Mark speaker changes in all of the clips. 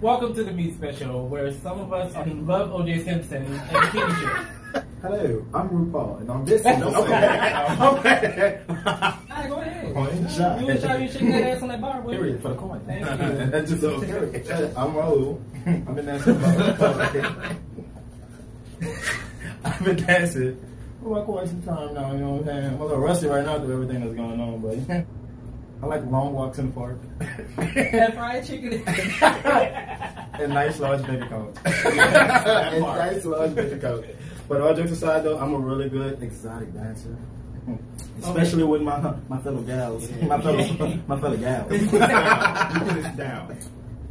Speaker 1: Welcome to the Meat Special, where some of us love OJ Simpson and the TV show.
Speaker 2: Hello, I'm RuPaul, and on this episode,
Speaker 3: Okay.
Speaker 1: Alright, go ahead.
Speaker 2: Coin shot.
Speaker 1: You was trying to shake that ass on that bar, boy.
Speaker 2: Oh, Period for the coin.
Speaker 1: Thank you.
Speaker 2: That's just so period. I'm Raul. I've been dancing. I've been dancing. Well, quite some time now. You know what I'm saying? I'm a little rusty right now because everything that's going on, but I like long walks in the park
Speaker 1: That fried chicken.
Speaker 2: and nice large baby coats. and nice large baby coats. But all jokes aside, though, I'm a really good exotic dancer. Especially with my my fellow gals, my fellow my fellow gals.
Speaker 3: Put this down.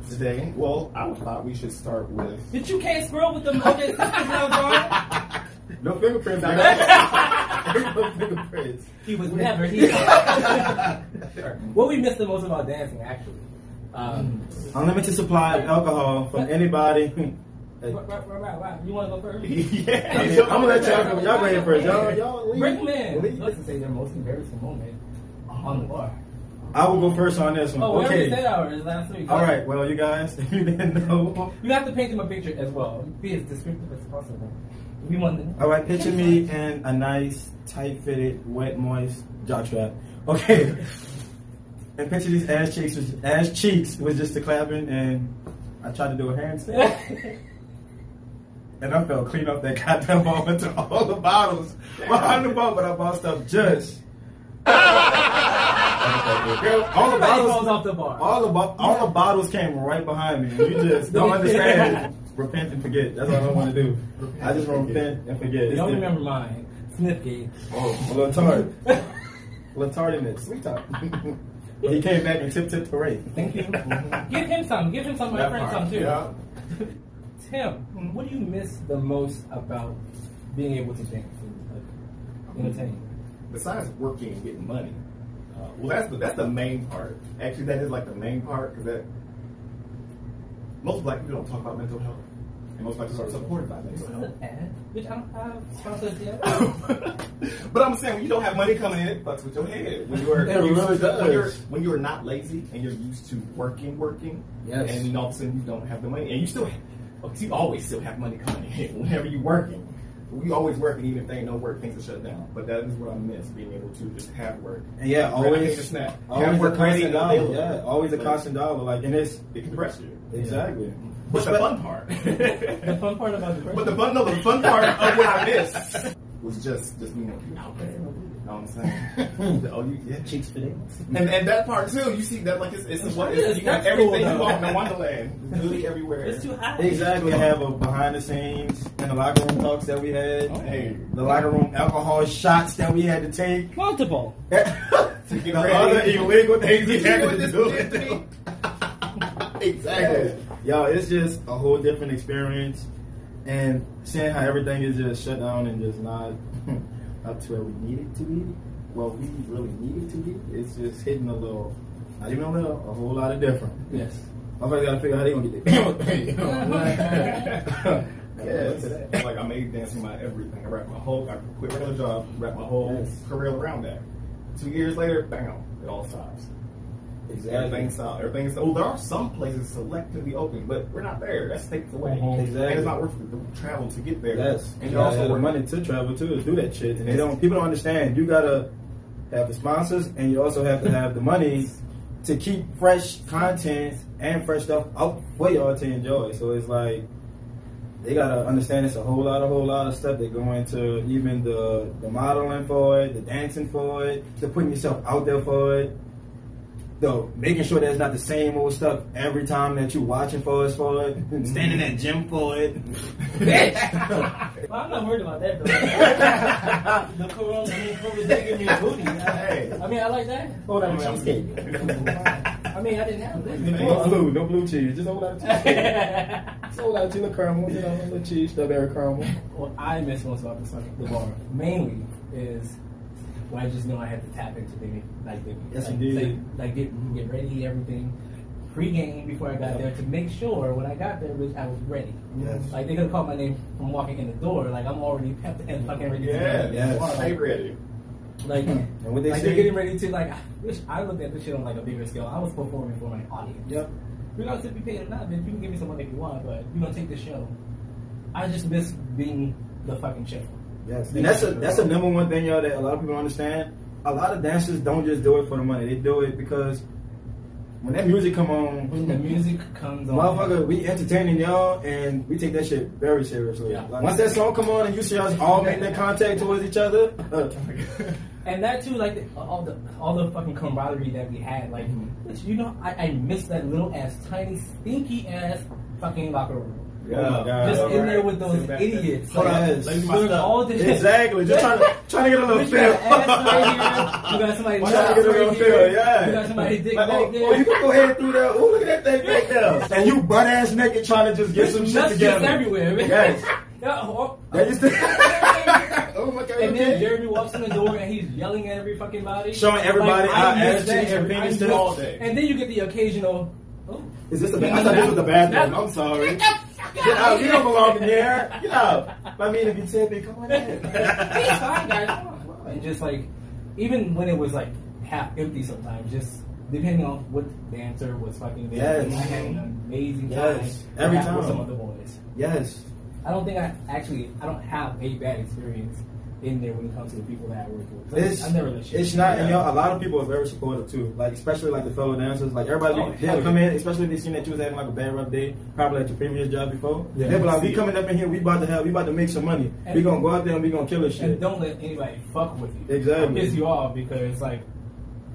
Speaker 3: Today, well, I thought we should start with
Speaker 1: But you can't squirrel with them OJ Simpsons now, dog.
Speaker 2: No fingerprints. I got no fingerprints.
Speaker 1: He was never here. what we miss the most about dancing, actually. Um,
Speaker 2: Unlimited supply of alcohol from anybody. Hey,
Speaker 1: right, right, right, right, right. You want to go first?
Speaker 2: I
Speaker 3: yeah.
Speaker 2: mean, I'm gonna let y'all go. Y'all go ahead first. Y'all, y'all leave.
Speaker 1: Bring them in.
Speaker 2: Leave.
Speaker 1: Let's say their most embarrassing moment on the bar.
Speaker 2: I will go first on this one.
Speaker 1: Oh, we already said
Speaker 2: okay.
Speaker 1: ours last week.
Speaker 2: All right. Well, you guys, if you didn't know,
Speaker 1: You have to paint them a picture as well. Be as descriptive as possible. We want them.
Speaker 2: all right. Picture me in a nice, tight-fitted, wet, moist jockstrap. Okay. And picture these ass cheeks, was, ass cheeks was just the clapping, and I tried to do a handstand. And I felt clean off that goddamn ball into all the bottles behind the bar, but I bought stuff just. Girl, all the
Speaker 1: Everybody falls
Speaker 2: bottles,
Speaker 1: off the bar.
Speaker 2: all the, bo- all the bottles came right behind me. And you just don't understand. repent and forget. That's all I want to do. I just want to repent and forget.
Speaker 1: You
Speaker 2: It's
Speaker 1: don't
Speaker 2: different.
Speaker 1: remember mine. Sniff gauge.
Speaker 2: Oh, Latard. Latardiness. Sweetheart. but he came back and tip tipped the rate.
Speaker 1: Thank you. Give him some. Give him some. My
Speaker 2: That
Speaker 1: friend
Speaker 2: part,
Speaker 1: some too.
Speaker 3: yeah.
Speaker 1: Tim, what do you miss the most about being able to dance and like, entertain?
Speaker 3: Besides working and getting money, uh, well, that's the that's the main part. Actually, that is like the main part because that most black people don't talk about mental health, and most black people are supported by
Speaker 1: This is
Speaker 3: mental health.
Speaker 1: an ad, which I don't have sponsors yet.
Speaker 3: but I'm saying when you don't have money coming in, it fucks with your head. When you're
Speaker 2: It
Speaker 3: when you're-
Speaker 2: really
Speaker 3: when you're
Speaker 2: does.
Speaker 3: when you're not lazy and you're used to working, working,
Speaker 2: Yes.
Speaker 3: and then all of a sudden you don't have the money, and you still, because you always still have money coming in whenever you're working. We always working, even if they ain't no work, things are shut down. But that is what I miss, being able to just have work.
Speaker 2: And yeah,
Speaker 3: Ready
Speaker 2: always,
Speaker 3: to snap. Have
Speaker 2: always a
Speaker 3: work ready
Speaker 2: constant
Speaker 3: and
Speaker 2: dollar.
Speaker 3: available.
Speaker 2: Yeah, always a
Speaker 3: Like,
Speaker 2: constant dollar. Like, and it's
Speaker 3: It can press you.
Speaker 2: exactly.
Speaker 3: What's the fun part?
Speaker 1: The fun part about the
Speaker 3: But the fun, no, the fun part of what I missed was just just being out there. You know what I'm saying? The- oh, you, yeah.
Speaker 2: Cheeks for days.
Speaker 3: And and that part too, you see that like it's, it's what it's, you got
Speaker 1: That's cool,
Speaker 3: everything you
Speaker 1: though.
Speaker 3: want in Wonderland, beauty everywhere.
Speaker 1: it's too hot.
Speaker 2: Exactly. Have a behind the scenes and the locker room talks that we had.
Speaker 3: Hey.
Speaker 2: The locker room alcohol shots that we had to take.
Speaker 1: Multiple.
Speaker 3: To get
Speaker 2: The
Speaker 3: ready.
Speaker 2: other illegal things we
Speaker 3: You see
Speaker 2: had
Speaker 3: what
Speaker 2: to
Speaker 3: this did to
Speaker 2: do.
Speaker 3: me? exactly.
Speaker 2: Y'all, it's just a whole different experience, and seeing how everything is just shut down and just not up to where we need it to be. Well, we really need it to be. It's just hitting a little, not even a little, a whole lot of different.
Speaker 1: Yes.
Speaker 2: I'm gotta figure out how they gonna get there. You know what I'm saying?
Speaker 3: Yes.
Speaker 2: yes.
Speaker 3: Like I made dancing my everything. I wrapped my whole, I quit my other job, wrapped my whole
Speaker 2: Yes.
Speaker 3: career around that. Two years later, bam, it all stops.
Speaker 2: Exactly.
Speaker 3: Everything's out. Everything's out. Well, there are some places selectively open, but we're not there. That's states away.
Speaker 1: Uh-huh.
Speaker 2: Mhm.
Speaker 3: And
Speaker 2: Exactly.
Speaker 3: it's not worth the travel to get there.
Speaker 2: Yes,
Speaker 3: And
Speaker 2: and
Speaker 3: you
Speaker 2: you also
Speaker 3: also
Speaker 2: have the
Speaker 3: work.
Speaker 2: money to travel too to do that shit. And they don't. People don't understand. You gotta have the sponsors, and you also have to have the money to keep fresh content and fresh stuff out for y'all to enjoy. So it's like they gotta understand it's a whole lot, a whole lot of stuff that go into even the the modeling for it, the dancing for it, the putting yourself out there for it. Though making sure that it's not the same old stuff every time that you watching for us for it, standing at gym for it.
Speaker 1: Well, I'm not worried about that though. the corona, I mean, COVID did give me a booty.
Speaker 3: Hey.
Speaker 1: I, I mean, I like that.
Speaker 2: Hold on,
Speaker 1: I mean, I didn't have this
Speaker 2: No
Speaker 1: before.
Speaker 2: blue, no blue cheese, just a whole lot of cheese. just a whole lot of cheese, little caramel, you know, little cheese, strawberry caramel.
Speaker 1: what I miss most about this, like, the bar mainly is well, I just know I had to tap into the like the
Speaker 2: Yes,
Speaker 1: like,
Speaker 2: you did.
Speaker 1: say- like get get ready everything pre-game before I got there to make sure when I got there was I was ready.
Speaker 2: Yes.
Speaker 1: Like they could have called my name from walking in the door. Like I'm already pepped and fucking ready. to
Speaker 3: Yeah,
Speaker 1: go.
Speaker 2: Yes.
Speaker 3: yes. Stay ready.
Speaker 1: Like,
Speaker 2: And what they
Speaker 1: Hmm. like
Speaker 2: say-
Speaker 1: they're getting ready to like. I wish I looked at this shit on like a bigger scale. I was performing for my audience.
Speaker 2: Yep.
Speaker 1: regardless if you paid or not, then you can give me some money if you want, but you don't take the show. I just miss being the fucking show.
Speaker 2: Yes, and that's a that's a number one thing, y'all, that a lot of people don't understand. A lot of dancers don't just do it for the money; they do it because when that music come
Speaker 1: When the
Speaker 2: on,
Speaker 1: music comes on,
Speaker 2: motherfucker, we entertaining y'all, and we take that shit very seriously.
Speaker 1: Yeah.
Speaker 2: Once that song come on, and you see us all making contact towards each other, uh,
Speaker 1: and that too, like the, all the all the fucking camaraderie that we had, like
Speaker 2: Hmm.
Speaker 1: bitch, you know, I, I miss that little ass tiny stinky ass fucking locker room,
Speaker 2: oh my God.
Speaker 1: just in
Speaker 3: Alright.
Speaker 1: there with those
Speaker 3: Sit back there.
Speaker 1: idiots.
Speaker 2: Hold on,
Speaker 1: Like,
Speaker 2: let me
Speaker 1: look,
Speaker 2: my
Speaker 3: stuff.
Speaker 1: all this
Speaker 2: exactly. Just trying to trying to get a little
Speaker 1: You got an ass
Speaker 2: feel.
Speaker 1: right here. You got somebody
Speaker 2: Why not
Speaker 1: nuts
Speaker 2: get a little
Speaker 1: right
Speaker 2: feel?
Speaker 1: here.
Speaker 2: Yeah.
Speaker 1: You got somebody's dick
Speaker 2: Like,
Speaker 1: back
Speaker 2: oh,
Speaker 1: there.
Speaker 2: oh, you can go ahead through there. Oh, look at that thing back there. And you butt ass naked trying to just get some shit
Speaker 1: nuts
Speaker 2: together.
Speaker 1: just everywhere. man.
Speaker 2: Yes.
Speaker 1: Yeah, oh,
Speaker 2: That used to. oh my god.
Speaker 1: And then
Speaker 2: okay.
Speaker 1: Jeremy walks in the door and he's yelling at every fucking body,
Speaker 2: Showing everybody
Speaker 1: Like,
Speaker 2: how
Speaker 1: I miss
Speaker 2: ass
Speaker 1: that
Speaker 2: cheeks and
Speaker 1: every- I
Speaker 2: penis
Speaker 1: miss-
Speaker 2: did all day.
Speaker 1: And then you get the occasional. Oh,
Speaker 2: Is this the bathroom? I thought this was the bathroom. I'm sorry. Get out. You don't belong in there. Get out. I mean, if you tip me, come on in.
Speaker 1: hey, it's fine, guys. come on, come on. And just like, even when it was like half empty, sometimes just depending on what dancer was fucking there,
Speaker 2: Yes.
Speaker 1: I had an amazing
Speaker 2: Yes.
Speaker 1: time.
Speaker 2: Every
Speaker 1: with
Speaker 2: time.
Speaker 1: some of the boys.
Speaker 2: Yes.
Speaker 1: I don't think I actually I don't have a bad experience in there when it comes to the people that I work with.
Speaker 2: It's,
Speaker 1: I never let shit.
Speaker 2: it's not, and you know, a lot of people are very supportive too. Like especially like the fellow dancers, like everybody,
Speaker 1: Oh,
Speaker 2: they'll
Speaker 1: hell
Speaker 2: come
Speaker 1: yeah.
Speaker 2: in, especially if they seen that you was having like a bad rough day, probably at your previous job before.
Speaker 1: Yeah.
Speaker 2: They'll be like, we coming up in here, we about to have, we about to make some money.
Speaker 1: And-
Speaker 2: we gonna go out there and we gonna kill this shit.
Speaker 1: and don't let anybody fuck with you.
Speaker 2: Exactly.
Speaker 1: piss you off because like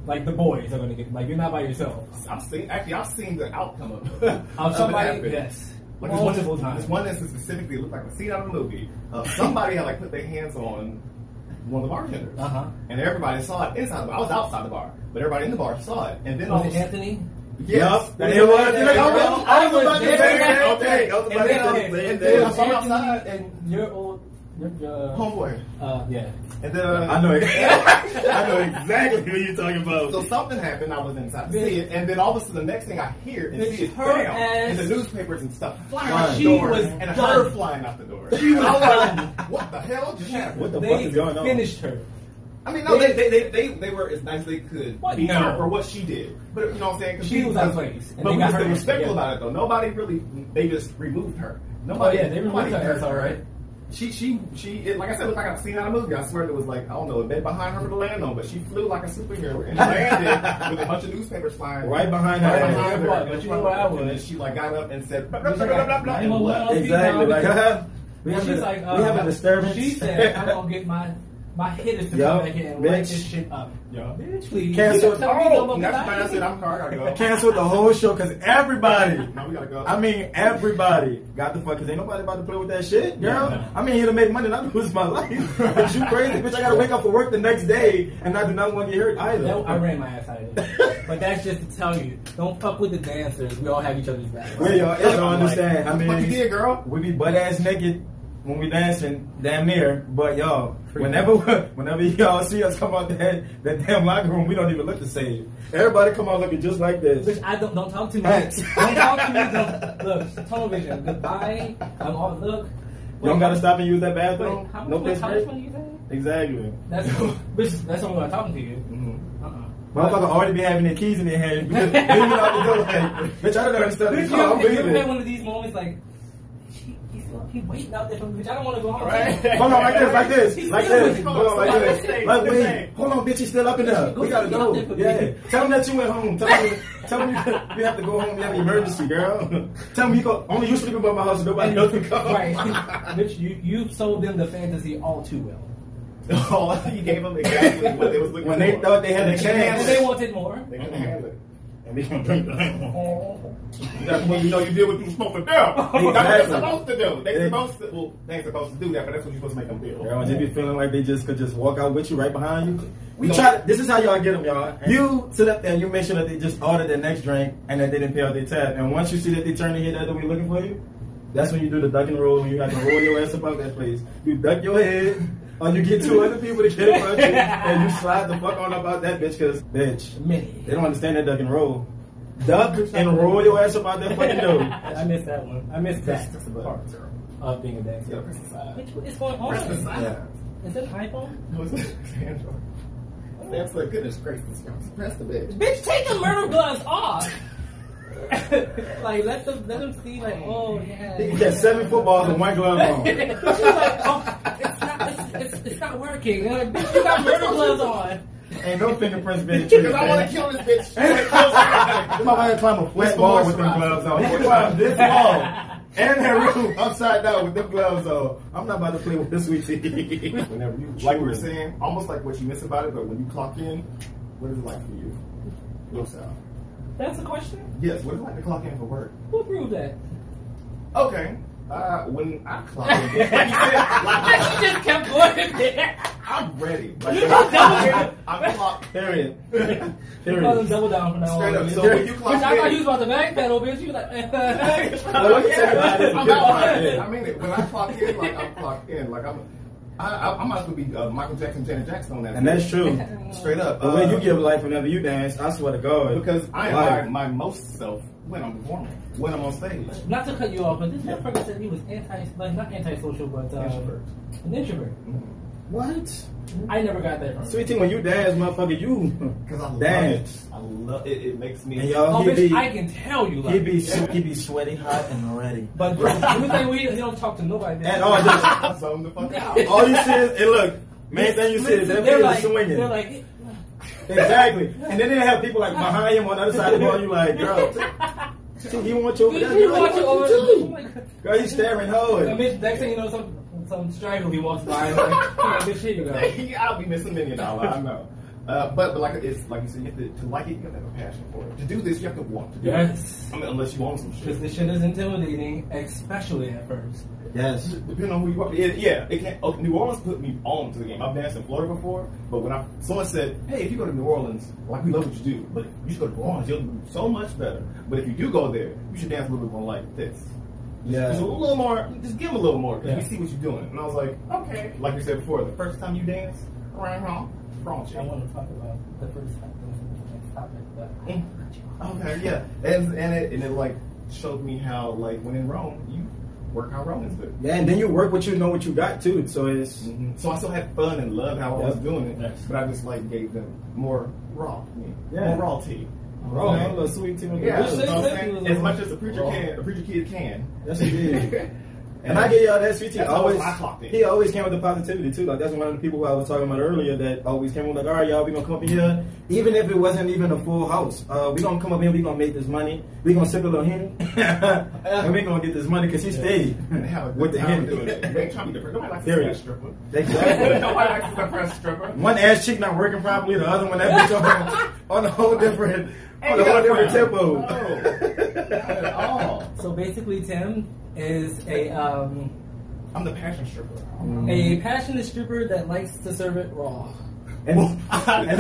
Speaker 1: like the boys are gonna get like you're not by yourself.
Speaker 3: I've seen actually I've seen the outcome of, of it
Speaker 1: somebody-
Speaker 3: happen.
Speaker 1: yes.
Speaker 3: Like this one,
Speaker 1: Multiple times.
Speaker 3: this one instance specifically looked like a scene out of a movie. Uh, somebody had like put their hands on one of the bartenders,
Speaker 1: Uh-huh.
Speaker 3: and everybody saw it inside the bar. I was outside the bar, but everybody in the bar saw it. And then all
Speaker 1: Was
Speaker 3: of
Speaker 1: it
Speaker 3: a sudden,
Speaker 1: Anthony?
Speaker 3: yes,
Speaker 2: Yup. And it was-
Speaker 3: And then-
Speaker 2: I was-
Speaker 1: "Oh, I was
Speaker 3: about to
Speaker 1: there.
Speaker 3: say that. Okay, I was
Speaker 1: And
Speaker 3: about to
Speaker 1: then,
Speaker 3: say
Speaker 1: okay,
Speaker 3: that.
Speaker 1: and
Speaker 3: Then
Speaker 1: then
Speaker 3: I saw
Speaker 1: Anthony
Speaker 3: outside and
Speaker 1: and your old your uh,
Speaker 3: homeboy,
Speaker 1: uh yeah.
Speaker 3: and then uh,
Speaker 2: I know, it. I know exactly who you're talking
Speaker 3: So
Speaker 2: about.
Speaker 3: something happened. I was inside to
Speaker 1: Bitch.
Speaker 3: see it, and then all of a sudden, the next thing I hear and
Speaker 1: Bitch,
Speaker 3: see is
Speaker 1: her
Speaker 3: bam,
Speaker 1: ass-
Speaker 3: and the newspapers and stuff flying
Speaker 2: Flying.
Speaker 3: out the
Speaker 2: She
Speaker 3: door,
Speaker 1: was
Speaker 3: and her
Speaker 1: done.
Speaker 3: flying out the door. And I was like, what the hell just happened?
Speaker 2: What the
Speaker 1: they
Speaker 2: fuck is going on?
Speaker 1: finished her.
Speaker 3: I mean, no, they they, they, they they were as nice as they could
Speaker 1: What?
Speaker 3: be
Speaker 1: No.
Speaker 3: her for what she did. But you know what I'm saying? 'Cause
Speaker 1: She was out of place, and
Speaker 3: But
Speaker 1: they
Speaker 3: we
Speaker 1: got
Speaker 3: just
Speaker 1: her
Speaker 3: been
Speaker 1: back
Speaker 3: respectful
Speaker 1: together.
Speaker 3: about it, though. Nobody really, they just removed her. Nobody,
Speaker 1: Oh, yeah, they removed
Speaker 3: nobody
Speaker 1: her,
Speaker 3: hurt
Speaker 1: that's all right.
Speaker 3: She, she, she. It, like I said, it looked like I've seen out of a movie. I swear it was like I don't know a bed behind her for the land on, but she flew like a superhero and landed with a bunch of newspapers flying
Speaker 2: Right behind her
Speaker 3: Right
Speaker 2: ass.
Speaker 3: behind her.
Speaker 1: But you know what I
Speaker 3: And then
Speaker 1: was?
Speaker 3: she like got up and said, blah, blah,
Speaker 1: She's
Speaker 3: blah,
Speaker 1: like,
Speaker 3: blah, blah, blah, and left.
Speaker 1: "911."
Speaker 2: Exactly. Like, we
Speaker 1: Well,
Speaker 2: have,
Speaker 1: she's
Speaker 2: a,
Speaker 1: like,
Speaker 2: we
Speaker 1: uh,
Speaker 2: have a disturbance.
Speaker 1: She said, I'm gonna get my my hitters to
Speaker 2: Yup,
Speaker 1: come back in and light
Speaker 2: bitch.
Speaker 1: this shit up.
Speaker 3: Yeah.
Speaker 1: Bitch, please.
Speaker 2: Cancel
Speaker 1: You don't
Speaker 2: it.
Speaker 1: tell me no
Speaker 3: And
Speaker 1: more
Speaker 3: that's when I
Speaker 1: lies.
Speaker 3: said, I'm sorry, I gotta go.
Speaker 2: canceled the whole show because everybody.
Speaker 3: No, we gotta go.
Speaker 2: I mean, everybody got the fuck because ain't nobody about to play with that shit, girl.
Speaker 1: Yeah.
Speaker 2: I'm in here to make money, not lose my life. Bitch, you crazy, bitch. I gotta wake up for work the next day, and I do not want to get hurt either.
Speaker 1: No, I ran my ass out of there. but that's just to tell you, don't fuck with the dancers. We all have each other's back.
Speaker 2: Well, y'all, y'all don't
Speaker 3: Like,
Speaker 2: understand. I
Speaker 3: what the fuck you
Speaker 2: mean,
Speaker 3: did, girl?
Speaker 2: we be butt ass naked when we dancing, damn near. But y'all, whenever whenever y'all see us come out that that damn locker room, we don't even look the same. Everybody come out looking just like this.
Speaker 1: Bitch, I don't don't talk to me.
Speaker 2: Facts.
Speaker 1: don't talk to me. Don't, look, tunnel vision. Goodbye. I'm all look.
Speaker 2: You don't gotta stop and use that
Speaker 1: Wait,
Speaker 2: bathroom.
Speaker 1: how much,
Speaker 2: no
Speaker 1: wait,
Speaker 2: piss
Speaker 1: how much
Speaker 2: break.
Speaker 1: money you paying?
Speaker 2: Exactly.
Speaker 1: That's bitch. That's only when I'm talking to you.
Speaker 2: Mhm.
Speaker 1: Uh-uh.
Speaker 2: Motherfucker already be having their keys in their hand. Leaving out the door like, bitch, I don't understand
Speaker 1: Bitch,
Speaker 2: this.
Speaker 1: you ever,
Speaker 2: I'm
Speaker 1: you ever had
Speaker 2: leaving.
Speaker 1: one of these moments like, he, he's, he waiting out there for me, bitch. I don't want to go home.
Speaker 3: Right.
Speaker 2: Hold on, like this, like this, like this. Hold on, like this. Like, wait, hold on, bitch, he's still up in there. We gotta go. Yeah. Tell him that you went home. Tell him, tell him you have to go home. We have an emergency, girl. Tell him you go, only you sleeping by my house and nobody else can come.
Speaker 1: Right. bitch, you, you've sold them the fantasy all too well.
Speaker 3: Oh, you gave them exactly what they was looking
Speaker 2: When they
Speaker 3: for.
Speaker 2: thought they had a
Speaker 1: Well, they
Speaker 2: chance.
Speaker 1: wanted more.
Speaker 3: They couldn't handle it.
Speaker 2: And we gonna drink that.
Speaker 1: Oh.
Speaker 3: That's when you know you did what you were supposed to do. That's what they're
Speaker 2: Exactly.
Speaker 3: supposed to do. They
Speaker 2: They-
Speaker 3: supposed to. Well, they ain't supposed to do that, but that's what you're supposed to make them
Speaker 2: Girl,
Speaker 3: feel.
Speaker 2: and they be feeling like they just could just walk out with you right behind you. We
Speaker 3: No.
Speaker 2: try. This is how y'all get them, y'all. You sit up there and you make sure that they just ordered their next drink and that they didn't pay out their tab. And once you see that they turn their head the other way looking for you, that's when you do the duck and roll and you have to roll your ass about that place. You duck your head, or you get two other people to get in front of you, and you slide the fuck on about that bitch, cause bitch,
Speaker 1: Many.
Speaker 2: they don't understand that duck and roll. Duck and roll your ass about that fucking dude.
Speaker 1: I missed that one. I missed that
Speaker 3: That's
Speaker 1: part
Speaker 3: about it, girl.
Speaker 1: of being a dancer.
Speaker 3: Yeah, press the side.
Speaker 1: Bitch, what is going
Speaker 3: Press the
Speaker 1: on?
Speaker 3: side.
Speaker 1: Is that an iPhone?
Speaker 3: No, it's Android. That's for goodness gracious, y'all. Press the bitch.
Speaker 1: Bitch, take the murder gloves off. like let them let them see like oh yeah.
Speaker 2: He got seven footballs and one glove on.
Speaker 1: She's like, oh, it's not it's, it's, it's not working. And I'm like, bitch, you got murder gloves on.
Speaker 2: Ain't no fingerprints been
Speaker 3: Because
Speaker 2: triggered.
Speaker 3: I want to
Speaker 2: man.
Speaker 3: kill this bitch. I wanna kill
Speaker 2: This my to climb a
Speaker 3: What's
Speaker 2: flat
Speaker 3: the
Speaker 2: wall
Speaker 3: more
Speaker 2: with them
Speaker 3: surprise?
Speaker 2: gloves on.
Speaker 3: They climbed this wall and that room upside down with them gloves on.
Speaker 2: I'm not about to play with this sweetie.
Speaker 3: Whenever you, like we were saying, almost like what you miss about it, but when you clock in, what is it like for you? No sound.
Speaker 1: That's a question.
Speaker 3: Yes, what is it like to clock in for work?
Speaker 1: Who proved that?
Speaker 3: Okay. Uh, when I clock in, just like you said, like,
Speaker 1: she just kept going.
Speaker 3: I'm ready. Like,
Speaker 1: Double-
Speaker 3: I'm clocked.
Speaker 2: Period.
Speaker 1: We call them
Speaker 2: Period.
Speaker 1: double down from now
Speaker 3: Straight
Speaker 1: on.
Speaker 3: up. So
Speaker 1: Bitch,
Speaker 3: when you clock
Speaker 1: I thought you was
Speaker 3: in,
Speaker 1: about to backpedal, bitch. You was like,
Speaker 2: Well, let me tell you how this is
Speaker 3: I'm
Speaker 2: built.
Speaker 3: not lying. I mean it. When I clock in, like I'm clocked in. Like I'm, I, I, I might as well be uh, Michael Jackson, Janet Jackson on that.
Speaker 2: And that's true.
Speaker 3: straight up.
Speaker 2: But when
Speaker 3: Uh,
Speaker 2: you give life whenever you dance, I swear to God.
Speaker 3: Because I am
Speaker 2: life.
Speaker 3: my, my most self when I'm performing, when I'm on stage.
Speaker 1: not to cut you off, but this motherfucker said he was anti, like not antisocial, but uh,
Speaker 3: Introvert.
Speaker 1: an introvert.
Speaker 2: What?
Speaker 1: I never got that from. him.
Speaker 2: Sweetie, when you dance, motherfucker, you
Speaker 3: Because I love
Speaker 2: dance.
Speaker 3: it. I love it. It makes me.
Speaker 2: And
Speaker 1: Oh,
Speaker 2: y'all, he
Speaker 1: bitch,
Speaker 2: be,
Speaker 1: I can tell you,
Speaker 2: he
Speaker 1: like,
Speaker 2: be, swe- he be sweaty, hot, and ready.
Speaker 1: but let me tell you, we he don't talk to nobody. man.
Speaker 2: At all, just
Speaker 3: so the fuck
Speaker 1: Yeah.
Speaker 3: out.
Speaker 2: All you see is, and look, main thing you see is that
Speaker 1: they're
Speaker 2: bitch
Speaker 1: like,
Speaker 2: swinging.
Speaker 1: they're like,
Speaker 2: exactly. And then they have people like behind him on the other side of the ball. You like, girl, see, he want you over
Speaker 1: "Bitch,
Speaker 2: there.
Speaker 1: you
Speaker 2: Girl,
Speaker 1: watch
Speaker 2: he
Speaker 1: it over." Oh
Speaker 2: want you
Speaker 1: I'm
Speaker 2: too.
Speaker 1: like,
Speaker 2: Girl, he's staring
Speaker 1: And
Speaker 2: hard.
Speaker 1: bitch, next thing you know, some some straggly walks by. And like, "Yeah, bitch, here you go.
Speaker 3: I'll be missing million dollar. I know. Uh, but, but like it's like you said, you have to, to like it. You have to have a passion for it. To do this, you have to want to do
Speaker 1: Yes.
Speaker 3: it. I mean, unless you own some
Speaker 1: Because
Speaker 3: shit.
Speaker 1: this shit is intimidating, especially at first.
Speaker 2: Yes.
Speaker 3: Depending on who you are, it, yeah, it can. Okay, New Orleans put me on to the game. I've danced in Florida before, but when I someone said, "Hey, if you go to New Orleans, like we love what you do, but you should go to New Orleans, you'll do so much better." But if you do go there, you should dance a little bit more like this. Just a
Speaker 2: Yeah.
Speaker 3: little more. Just give him a little more. 'cause
Speaker 2: Yeah.
Speaker 3: We see what you're doing. And I was like, okay. Like you said before, the first time you dance around home, wrong
Speaker 1: I
Speaker 3: chick.
Speaker 1: want to talk about the first time. next topic, but
Speaker 3: Okay, yeah. And and it and it like showed me how like when in Rome, you work how Romans do.
Speaker 2: Yeah, and then you work what you know what you got too. So it's
Speaker 3: Mm-hmm. So I still had fun and loved how I was
Speaker 2: Yep.
Speaker 3: doing it,
Speaker 2: Yes.
Speaker 3: but I just like gave them more raw, meat,
Speaker 2: Yeah.
Speaker 3: more raw tea.
Speaker 2: Bro,
Speaker 3: Okay.
Speaker 2: I'm a little sweet team.
Speaker 3: Yeah,
Speaker 1: Just
Speaker 3: you
Speaker 1: say
Speaker 3: know what I'm
Speaker 1: something
Speaker 3: saying?
Speaker 1: a little
Speaker 3: as much as a preacher
Speaker 2: raw.
Speaker 3: can, a preacher kid can.
Speaker 2: That's what he did. And I
Speaker 3: get
Speaker 2: get y'all that sweet tea.
Speaker 3: That's
Speaker 2: always,
Speaker 3: always my clock then.
Speaker 2: he always came with the positivity too. Like that's one of the people who I was talking about earlier that always came with like, all right, y'all, we gonna come up in here, even if it wasn't even a full house. Uh, we gonna come up here, we gonna make this money, we gonna sip a little henny, and we gonna get this money because he stayed
Speaker 3: and have a good
Speaker 2: with the
Speaker 3: time
Speaker 2: henny.
Speaker 3: doing it. You ain't trying to be depressed. Nobody likes to see a
Speaker 2: Serious.
Speaker 3: stripper. Nobody
Speaker 2: Exactly.
Speaker 3: likes to depress stripper.
Speaker 2: One ass cheek not working properly, the other one that bitch on, on a whole different, on a whole different tempo.
Speaker 3: Oh. at all.
Speaker 1: So basically, Tim is a um,
Speaker 3: I'm the passion stripper.
Speaker 2: Mm.
Speaker 1: a passionate stripper that likes to serve it raw.
Speaker 2: And, and,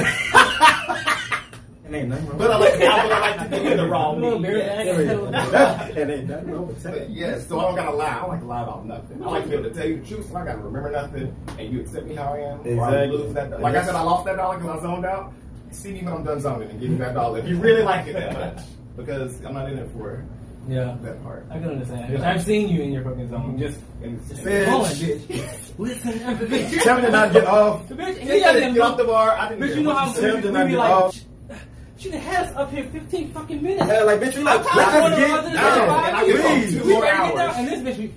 Speaker 2: and ain't nothing wrong.
Speaker 3: But I like, I, I like to do it the wrong
Speaker 1: Little
Speaker 3: way.
Speaker 1: bare ass.
Speaker 3: Yeah.
Speaker 2: and ain't nothing wrong with
Speaker 3: But
Speaker 2: that.
Speaker 3: yeah, so I don't gotta lie. I don't like to lie about nothing. I like to be able to tell you the truth, so I gotta remember nothing, and you accept me how I am. Or I
Speaker 2: Exactly.
Speaker 3: lose that. dollar. Like I said, I lost that dollar because I zoned out. See me when I'm done zoning and give me that dollar if you really like it that much, because I'm not in it for
Speaker 1: Yeah,
Speaker 3: that part.
Speaker 1: I can understand. Bitch, I've seen you in your fucking zone. Just
Speaker 3: And it's just,
Speaker 1: going,
Speaker 2: Bitch.
Speaker 1: bitch. Listen, up, bitch.
Speaker 2: Tell me to not get off.
Speaker 1: Bitch, and
Speaker 3: Get
Speaker 1: you got them-
Speaker 3: off the bar. I didn't
Speaker 1: Bitch,
Speaker 3: care
Speaker 1: you know
Speaker 3: what
Speaker 1: how
Speaker 2: said,
Speaker 1: we
Speaker 2: then
Speaker 1: we
Speaker 2: I
Speaker 1: be
Speaker 2: get
Speaker 1: like,
Speaker 2: off.
Speaker 1: "Sh- she done had us up here 15 fucking minutes.
Speaker 2: Yeah, like, bitch, we like,
Speaker 1: I'm
Speaker 2: let's
Speaker 1: tired of
Speaker 2: get
Speaker 1: going to the
Speaker 2: down.
Speaker 1: bathroom.
Speaker 2: Please.
Speaker 1: we ready to
Speaker 3: Four
Speaker 1: get
Speaker 3: hours.
Speaker 1: down, and this bitch, we,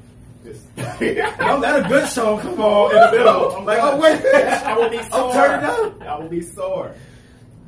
Speaker 3: Just-
Speaker 2: Don't let a good show come on in the middle. I'm like, oh, wait.
Speaker 3: I will be sore.
Speaker 2: I'm turned up.
Speaker 3: I will be sore.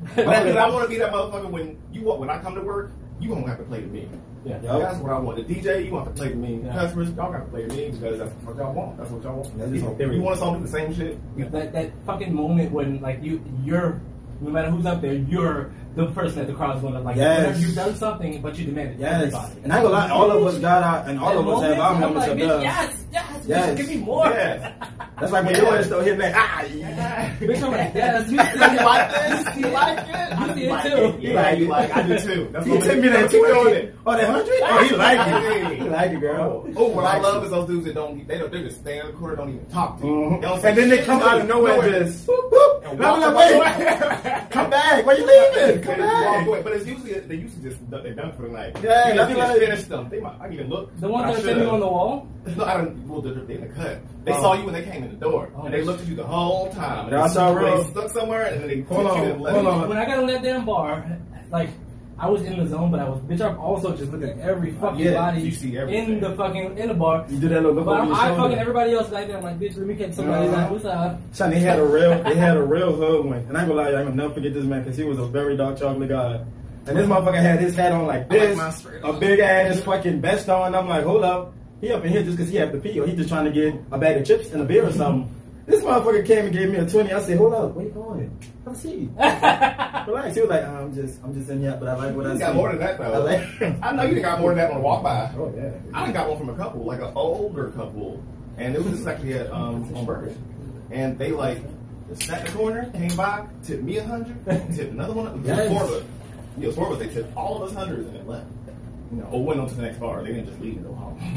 Speaker 3: Because I want to be that motherfucker when you wa- when I come to work, you won't have to play to me.
Speaker 1: yeah.
Speaker 2: Yup.
Speaker 3: That's what I want. The DJ, you want to play to me.
Speaker 1: Yeah.
Speaker 3: Customers, y'all got to play to me because that's what y'all want. That's what y'all want.
Speaker 2: That's just on
Speaker 3: you,
Speaker 2: theory.
Speaker 3: want us all to do the same shit? Yeah.
Speaker 1: That that fucking moment when like you you're no matter who's up there, you're the person that the crowd's gonna like
Speaker 2: Yes.
Speaker 1: whenever you've done something but you demand it.
Speaker 2: Yes. And I ain't gonna lie, all of us got our, and all
Speaker 1: That
Speaker 2: of us
Speaker 1: moment,
Speaker 2: have our
Speaker 1: I'm
Speaker 2: moments
Speaker 1: like,
Speaker 2: of
Speaker 1: bitch,
Speaker 2: love.
Speaker 1: Yes, yes,
Speaker 2: Yes.
Speaker 1: yes. give me more.
Speaker 3: Yes.
Speaker 2: That's like when your ass don't hit that, ah, yeah.
Speaker 1: Bitch, I'm like, yes, you see
Speaker 3: You like
Speaker 1: it.
Speaker 3: this?
Speaker 1: You see
Speaker 3: You
Speaker 1: it.
Speaker 3: like it?
Speaker 1: I see
Speaker 3: like
Speaker 1: it too.
Speaker 3: Yeah, like, you like, I do too. That's
Speaker 2: He
Speaker 3: what
Speaker 2: took me that
Speaker 3: that's
Speaker 2: two
Speaker 3: what I'm
Speaker 2: on
Speaker 3: doing.
Speaker 2: it. Oh, that hundred? Oh, he like it. He like it, girl.
Speaker 3: Oh, what I love is those dudes that don't, they don't, they just stand in the corner, don't even talk to you. They don't
Speaker 2: Mhm.
Speaker 3: say
Speaker 2: And then they
Speaker 3: shit
Speaker 2: come
Speaker 3: to
Speaker 2: out
Speaker 3: you.
Speaker 2: of nowhere and just, whoop, whoop.
Speaker 3: And
Speaker 2: And I'm
Speaker 3: walk
Speaker 2: like, wait,
Speaker 3: away.
Speaker 2: come back. Where you
Speaker 3: They
Speaker 2: leaving?
Speaker 3: just
Speaker 2: Come
Speaker 3: walk
Speaker 2: back.
Speaker 3: away. But it's usually they usually just done- they're done for the night.
Speaker 2: Yeah,
Speaker 3: you
Speaker 2: that'd
Speaker 3: just
Speaker 2: be
Speaker 3: like,
Speaker 2: like-
Speaker 3: finish them. They might, I didn't even look.
Speaker 1: The ones
Speaker 3: I
Speaker 1: that are sitting
Speaker 3: should've.
Speaker 1: on the wall.
Speaker 3: No, I don't. Well, they're, they're in the cut. They
Speaker 1: Oh.
Speaker 3: saw you when they came in the door,
Speaker 1: Oh.
Speaker 3: and they looked at you the whole time. And
Speaker 2: Yeah, I
Speaker 3: they
Speaker 2: saw
Speaker 3: stuck-
Speaker 2: Rose.
Speaker 3: They stuck somewhere, and then they
Speaker 2: Hold
Speaker 3: took you
Speaker 2: on,
Speaker 3: and left
Speaker 2: hold
Speaker 3: you.
Speaker 2: on.
Speaker 1: When I got on that damn bar, like I was in the zone, but I was bitch. I'm also just looking at every fucking
Speaker 3: Oh, Yeah,
Speaker 1: body
Speaker 3: you see everything.
Speaker 1: in the fucking in the bar.
Speaker 2: You did that little look
Speaker 1: But
Speaker 2: over
Speaker 1: I'm
Speaker 2: your
Speaker 1: eye fucking
Speaker 2: shoulder.
Speaker 1: everybody else like that. I'm like, bitch, let me catch somebody.
Speaker 2: Uh-huh.
Speaker 1: Like, what's up?
Speaker 2: Son, they had a real, they had a real hood one, and I ain't gonna lie, y'all, I'm gonna never forget this man because he was a very dark chocolate guy. And this motherfucker had his hat on like
Speaker 4: I like
Speaker 2: this,
Speaker 4: mine straight
Speaker 2: a
Speaker 4: up.
Speaker 2: big ass fucking vest on. And I'm like, hold up, he up in here just because he had to pee, or he just trying to get a bag of chips and a beer or something. this motherfucker came and gave me a twenty. I said, hold up, where you going? Have a seat. Relax. He was like, I'm just, I'm just in here, but I like what I
Speaker 3: You
Speaker 2: see.
Speaker 3: got more than that
Speaker 2: I
Speaker 3: though.
Speaker 2: like.
Speaker 3: I know you done got more than that on a walk by.
Speaker 2: oh yeah.
Speaker 3: I done got one from a couple, like an older couple, and it was just actually at um, on Burgers, and they like sat in the corner, came by, tipped me a hundred, tipped another one, it was
Speaker 1: Yes.
Speaker 3: four of us. Yeah, it was four of us. They tipped all of us hundreds and then left. You know, or went on to the next bar. They didn't just leave and go home.
Speaker 2: I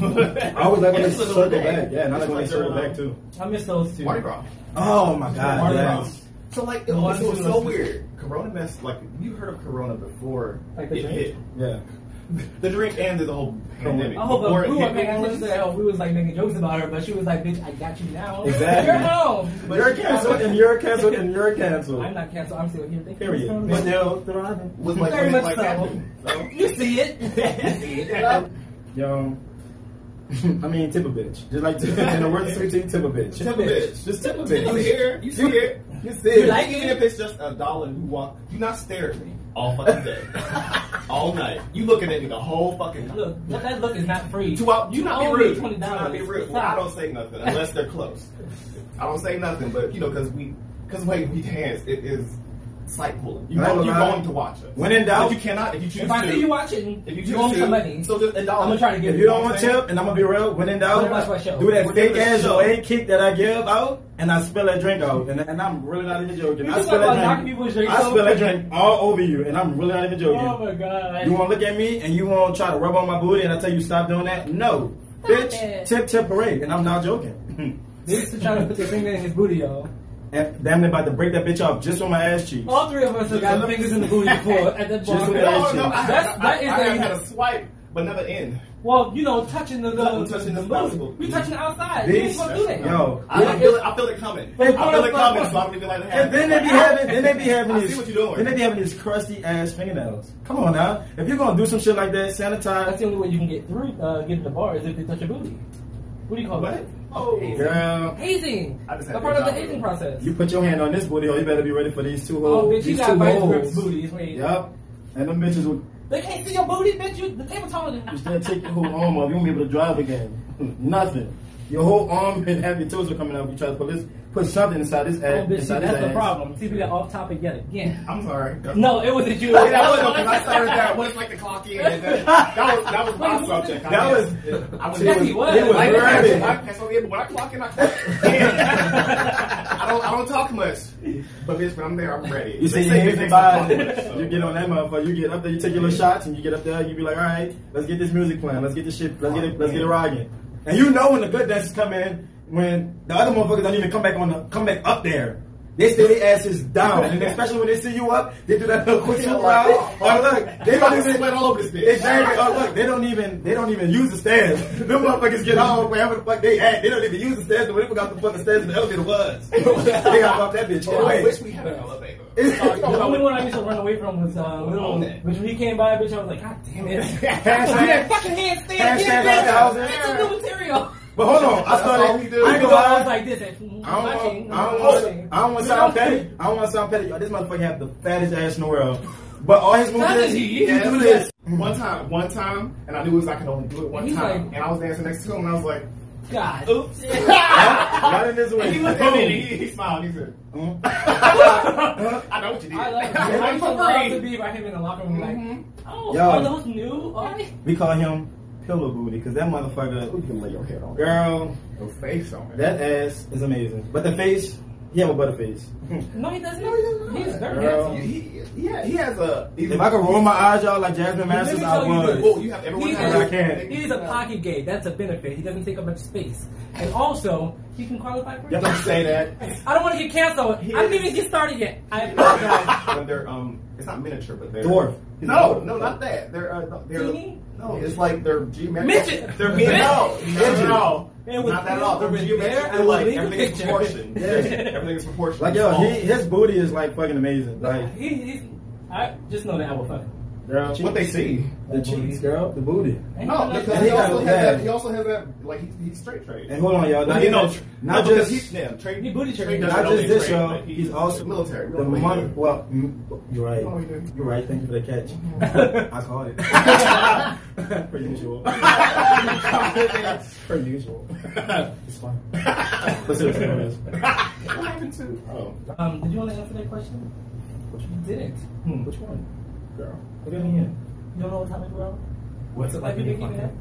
Speaker 2: always like when
Speaker 3: And
Speaker 2: they
Speaker 3: this was
Speaker 2: circle
Speaker 3: another day.
Speaker 2: back. Yeah, and I like
Speaker 3: This
Speaker 2: when they
Speaker 3: was
Speaker 2: circle
Speaker 3: during,
Speaker 2: back too.
Speaker 1: I miss those two.
Speaker 3: Mardi Gras.
Speaker 2: Oh my god.
Speaker 3: Mardi
Speaker 2: Yes.
Speaker 3: Gras. So like, it was, it was so weird. Corona mess. Like you heard of Corona before
Speaker 1: Like the
Speaker 3: it
Speaker 1: drink?
Speaker 3: hit.
Speaker 2: Yeah.
Speaker 3: The drink and the whole pandemic.
Speaker 1: Oh,
Speaker 3: Before
Speaker 1: but
Speaker 3: it
Speaker 1: we were
Speaker 3: hit,
Speaker 1: making
Speaker 3: it was-
Speaker 1: jokes to her. We was like making jokes about her, but she was like, "Bitch, I got you now.
Speaker 2: Exactly.
Speaker 1: You're home.
Speaker 3: But-
Speaker 2: you're canceled, and you're canceled, and you're canceled.
Speaker 1: I'm not canceled. I'm still here. Thank you for
Speaker 2: Period.
Speaker 1: coming.
Speaker 2: But they're thriving.
Speaker 3: was like
Speaker 1: Very
Speaker 3: when it,
Speaker 1: much
Speaker 3: like
Speaker 1: so.
Speaker 3: happened. So-
Speaker 1: You see it. You see it.
Speaker 2: Yo. I mean, tip a bitch. Just like tip, in the words of sweet tea, tip a bitch.
Speaker 3: Tip a bitch.
Speaker 2: Just tip a
Speaker 3: You
Speaker 2: bitch.
Speaker 3: here? You see it? You see
Speaker 1: You
Speaker 3: it?
Speaker 1: like
Speaker 3: Even
Speaker 1: it?
Speaker 3: if it's just a dollar, you want you not stare at me all fucking day, all night. You looking at me the whole fucking night.
Speaker 1: Look, that, that look is not free.
Speaker 3: Two out. You not
Speaker 1: Only
Speaker 3: be
Speaker 1: $20.
Speaker 3: rude. You not be rude. Well, I don't say nothing unless they're close. I don't say nothing, but you know, because we, because way we dance, it is sight pulling. You
Speaker 2: I ain't
Speaker 3: know,
Speaker 2: gonna
Speaker 3: you're
Speaker 2: lie.
Speaker 3: going to watch us.
Speaker 2: When in doubt-
Speaker 3: but you cannot if you choose
Speaker 1: If I
Speaker 3: to.
Speaker 1: see you watching,
Speaker 3: if you choose
Speaker 1: you owe me
Speaker 3: to,
Speaker 1: some money.
Speaker 3: so just a dollar.
Speaker 1: I'm gonna try to get
Speaker 2: If you don't want tip, and I'm gonna be real, when in doubt,
Speaker 1: What about my show?
Speaker 2: do that
Speaker 3: What
Speaker 2: fake
Speaker 3: about
Speaker 2: ass
Speaker 3: show?
Speaker 2: leg kick that I give out, and I spill that drink out, and, and I'm really not even joking.
Speaker 1: You
Speaker 2: I
Speaker 1: talk
Speaker 2: spill
Speaker 1: about knocking
Speaker 2: that drink.
Speaker 1: people's drinks
Speaker 2: I spill that
Speaker 1: over.
Speaker 2: drink all over you, and I'm really not even joking.
Speaker 1: Oh my god.
Speaker 2: You want to look at me and you want to try to rub on my booty and I tell you stop doing that? No. Bitch,
Speaker 1: it.
Speaker 2: tip tip parade. And I'm not joking.
Speaker 1: They used to try to put their finger in his booty, y'all.
Speaker 2: and damn near about to break that bitch off just on my ass cheeks.
Speaker 1: All three of us have gotten fingers in the booty before at that
Speaker 2: Just
Speaker 1: bar.
Speaker 2: with that
Speaker 3: No,
Speaker 2: shit.
Speaker 3: no, I,
Speaker 1: That's- that is
Speaker 3: I, I,
Speaker 1: a-
Speaker 3: had a swipe, but never end.
Speaker 1: Well, you know, touching the, the,
Speaker 3: Touching the
Speaker 1: booty.
Speaker 3: possible.
Speaker 1: We touching the outside. We ain't
Speaker 2: This-
Speaker 1: supposed to do that.
Speaker 2: yo.
Speaker 3: I, I feel it. I feel it coming. I
Speaker 2: Hey,
Speaker 3: feel it
Speaker 1: fuck, fuck,
Speaker 3: coming. So I'm gonna be like,
Speaker 2: And then they be having, then they be having
Speaker 3: I
Speaker 2: these,
Speaker 3: see what you're doing.
Speaker 2: then they be having these crusty ass fingernails. Come on now, if you're gonna do some shit like that,
Speaker 1: That's
Speaker 2: sanitize.
Speaker 1: the only way you can get through, uh, get to the bar is if they touch your booty. What do you call
Speaker 3: What?
Speaker 1: that?
Speaker 3: Oh,
Speaker 2: Girl,
Speaker 1: Hazing.
Speaker 3: I just had
Speaker 1: a part of the
Speaker 3: big
Speaker 1: hazing
Speaker 3: mouth.
Speaker 1: process.
Speaker 2: you put your hand on this booty hole, you better be ready for these two
Speaker 1: oh,
Speaker 2: holes.
Speaker 1: bitch, you
Speaker 2: these
Speaker 1: got
Speaker 2: two
Speaker 1: vice
Speaker 2: holes.
Speaker 1: grips booties. Wait.
Speaker 2: Yep, and them bitches will
Speaker 1: They can't see your booty, bitch. You, the table taller than
Speaker 2: You still take your whole arm off. You won't be able to drive again. Hmm, Nothing. Your whole arm and half your toes are coming out. if You try to put this, put something inside this
Speaker 1: Oh,
Speaker 2: ass.
Speaker 1: bitch, see,
Speaker 2: inside
Speaker 1: that's
Speaker 2: his
Speaker 1: the
Speaker 2: ass.
Speaker 1: problem. See, we got off topic yet again.
Speaker 3: I'm sorry.
Speaker 1: No, it wasn't you.
Speaker 3: Yeah, that wasn't because I started that. What it's like the clock in. and That, that was that was my subject. I
Speaker 2: That
Speaker 3: guess.
Speaker 2: was-
Speaker 3: I was.
Speaker 1: Yes, he was.
Speaker 3: I like that.
Speaker 2: Right.
Speaker 3: I- That's what we did, But when I clock in, I clock in. I don't. I don't talk much. But bitch, when I'm there, I'm ready.
Speaker 2: You see,
Speaker 3: They
Speaker 2: you
Speaker 3: say
Speaker 2: hit
Speaker 3: bitch,
Speaker 2: the
Speaker 3: I'm talking much,
Speaker 2: vibe.
Speaker 3: so.
Speaker 2: You get on that motherfucker. You get up there. You take your little shots and you get up there. You be like, all right, let's get this music playing. Let's get this shit. Let's get it. Let's get it rocking. And you know when the good dancers come in, when the other motherfuckers don't even come back on, the, come back up there. They stay their asses down, and especially when they see you up, they do that little quick
Speaker 3: Yeah,
Speaker 2: swoop
Speaker 3: like,
Speaker 2: round. Oh look, they
Speaker 3: They
Speaker 2: don't
Speaker 3: about to
Speaker 2: even
Speaker 3: sweat all over this bitch.
Speaker 2: Exactly. Oh look, they don't even they don't even use the stairs. Them motherfuckers get off wherever the fuck they at. They don't even use the stairs. They forgot the fucking stairs in the elevator was. they got off that bitch.
Speaker 3: Oh, I
Speaker 2: quick.
Speaker 3: wish we had an elevator. Sorry,
Speaker 1: The only
Speaker 3: no,
Speaker 1: one I used to run away from was uh, Little.
Speaker 3: Own that.
Speaker 1: Which when he came by, bitch, I was like, God damn it! Do that
Speaker 2: Hashtag-
Speaker 1: fucking handstand,
Speaker 2: hashtag
Speaker 1: again,
Speaker 2: like
Speaker 1: bitch.
Speaker 2: I was in
Speaker 1: It's a
Speaker 2: there.
Speaker 1: new material.
Speaker 2: But hold on, I started.
Speaker 3: all we do.
Speaker 2: I
Speaker 1: I
Speaker 2: ain't gonna
Speaker 1: I was
Speaker 2: lie.
Speaker 1: like this. and-
Speaker 2: I don't
Speaker 1: watching,
Speaker 2: want. I don't
Speaker 1: watching.
Speaker 2: want. I don't want to sound petty. I don't want to sound petty. Yo, This motherfucker have the fattest ass in the world. But all his moves
Speaker 1: Not
Speaker 2: is
Speaker 1: that he
Speaker 2: he
Speaker 1: is.
Speaker 2: do this.
Speaker 3: One time, one time, and I knew it was I could only do it one
Speaker 1: He's
Speaker 3: time.
Speaker 1: like-
Speaker 3: and I was dancing next to him, and I was like,
Speaker 1: God.
Speaker 3: "Oops!"
Speaker 2: Right in his way.
Speaker 3: And he looked at me, and
Speaker 2: Oh.
Speaker 3: he, he smiled. He said,
Speaker 2: Mm-hmm.
Speaker 3: "I know what you did.
Speaker 1: I like.
Speaker 3: I
Speaker 1: I
Speaker 3: went
Speaker 1: used
Speaker 3: for
Speaker 1: to love to
Speaker 3: free."
Speaker 1: be by him in the locker room, like, oh,
Speaker 2: Mm-hmm. Yo.
Speaker 1: are those new? Oh,
Speaker 2: We call him Pillow Booty because that motherfucker,
Speaker 3: You can lay your head on it.
Speaker 2: girl,
Speaker 3: Your face on it.
Speaker 2: that ass is amazing. But the face, he have a butter face.
Speaker 1: no, he doesn't. He's very
Speaker 2: Girl.
Speaker 1: handsome.
Speaker 3: He- yeah, he has a. he's-
Speaker 2: If I could roll my eyes out like Jasmine Masters,
Speaker 1: me
Speaker 2: I
Speaker 1: tell you
Speaker 2: would.
Speaker 1: this.
Speaker 3: Oh, you have everyone
Speaker 1: He's
Speaker 3: has.
Speaker 2: Because I can't.
Speaker 1: a, he's a pocket gay. That's a benefit. He doesn't take up much space, and also he can qualify for.
Speaker 3: Don't say that.
Speaker 1: I don't want to get canceled. I didn't even get started yet. I apologize.
Speaker 3: when they're um, it's not miniature, but they're
Speaker 2: Dwarf.
Speaker 3: No, no, not that. They're uh, no, they're
Speaker 1: Teeny?
Speaker 3: no, it's like they're geometric.
Speaker 1: Midget.
Speaker 3: They're midget. No, not at all.
Speaker 1: It was
Speaker 3: not that at all. They're
Speaker 1: over there,
Speaker 3: geometric.
Speaker 1: I
Speaker 3: They're like
Speaker 1: believe the
Speaker 3: everything is
Speaker 1: picture.
Speaker 3: proportioned.
Speaker 2: Yeah.
Speaker 3: Everything is proportioned. Oh.
Speaker 2: Like
Speaker 3: It's
Speaker 2: yo,
Speaker 3: small.
Speaker 2: he, his booty is like fucking amazing. Like
Speaker 1: he, he's, I just know that I will fuck. him.
Speaker 2: girl.
Speaker 3: What they see.
Speaker 2: The cheeks, girl. The booty.
Speaker 1: Ain't
Speaker 3: No,
Speaker 1: nothing
Speaker 3: because
Speaker 1: else
Speaker 3: he
Speaker 1: to
Speaker 2: got-
Speaker 3: also
Speaker 2: he
Speaker 3: has
Speaker 2: had-
Speaker 3: that. He also has that. Like he, he's straight trade.
Speaker 2: And hold on, y'all. Not,
Speaker 3: you know,
Speaker 2: just, not
Speaker 3: because
Speaker 2: just
Speaker 3: he's damn trade.
Speaker 1: He booty
Speaker 3: trade
Speaker 1: trade.
Speaker 3: doesn't
Speaker 2: not
Speaker 3: know
Speaker 2: just
Speaker 3: they
Speaker 2: this,
Speaker 3: trade,
Speaker 2: y'all.
Speaker 3: but
Speaker 2: He's also
Speaker 3: military. We
Speaker 2: The
Speaker 3: don't know what he
Speaker 2: money.
Speaker 3: do.
Speaker 2: Well, mm, you're right.
Speaker 3: We don't know what he do.
Speaker 2: You're right. Thank you for the catch. I caught it. per usual. per usual. It's fine. But seriously, what else?
Speaker 3: What happened to? Oh,
Speaker 1: Um, did you want to answer that question? Which you didn't.
Speaker 3: Hmm.
Speaker 1: Which one?
Speaker 2: girl. Look at me in.
Speaker 1: You don't know what topic we're on?
Speaker 3: what's it like?
Speaker 1: Like
Speaker 3: being
Speaker 1: you
Speaker 3: fucked
Speaker 1: didn't
Speaker 3: up?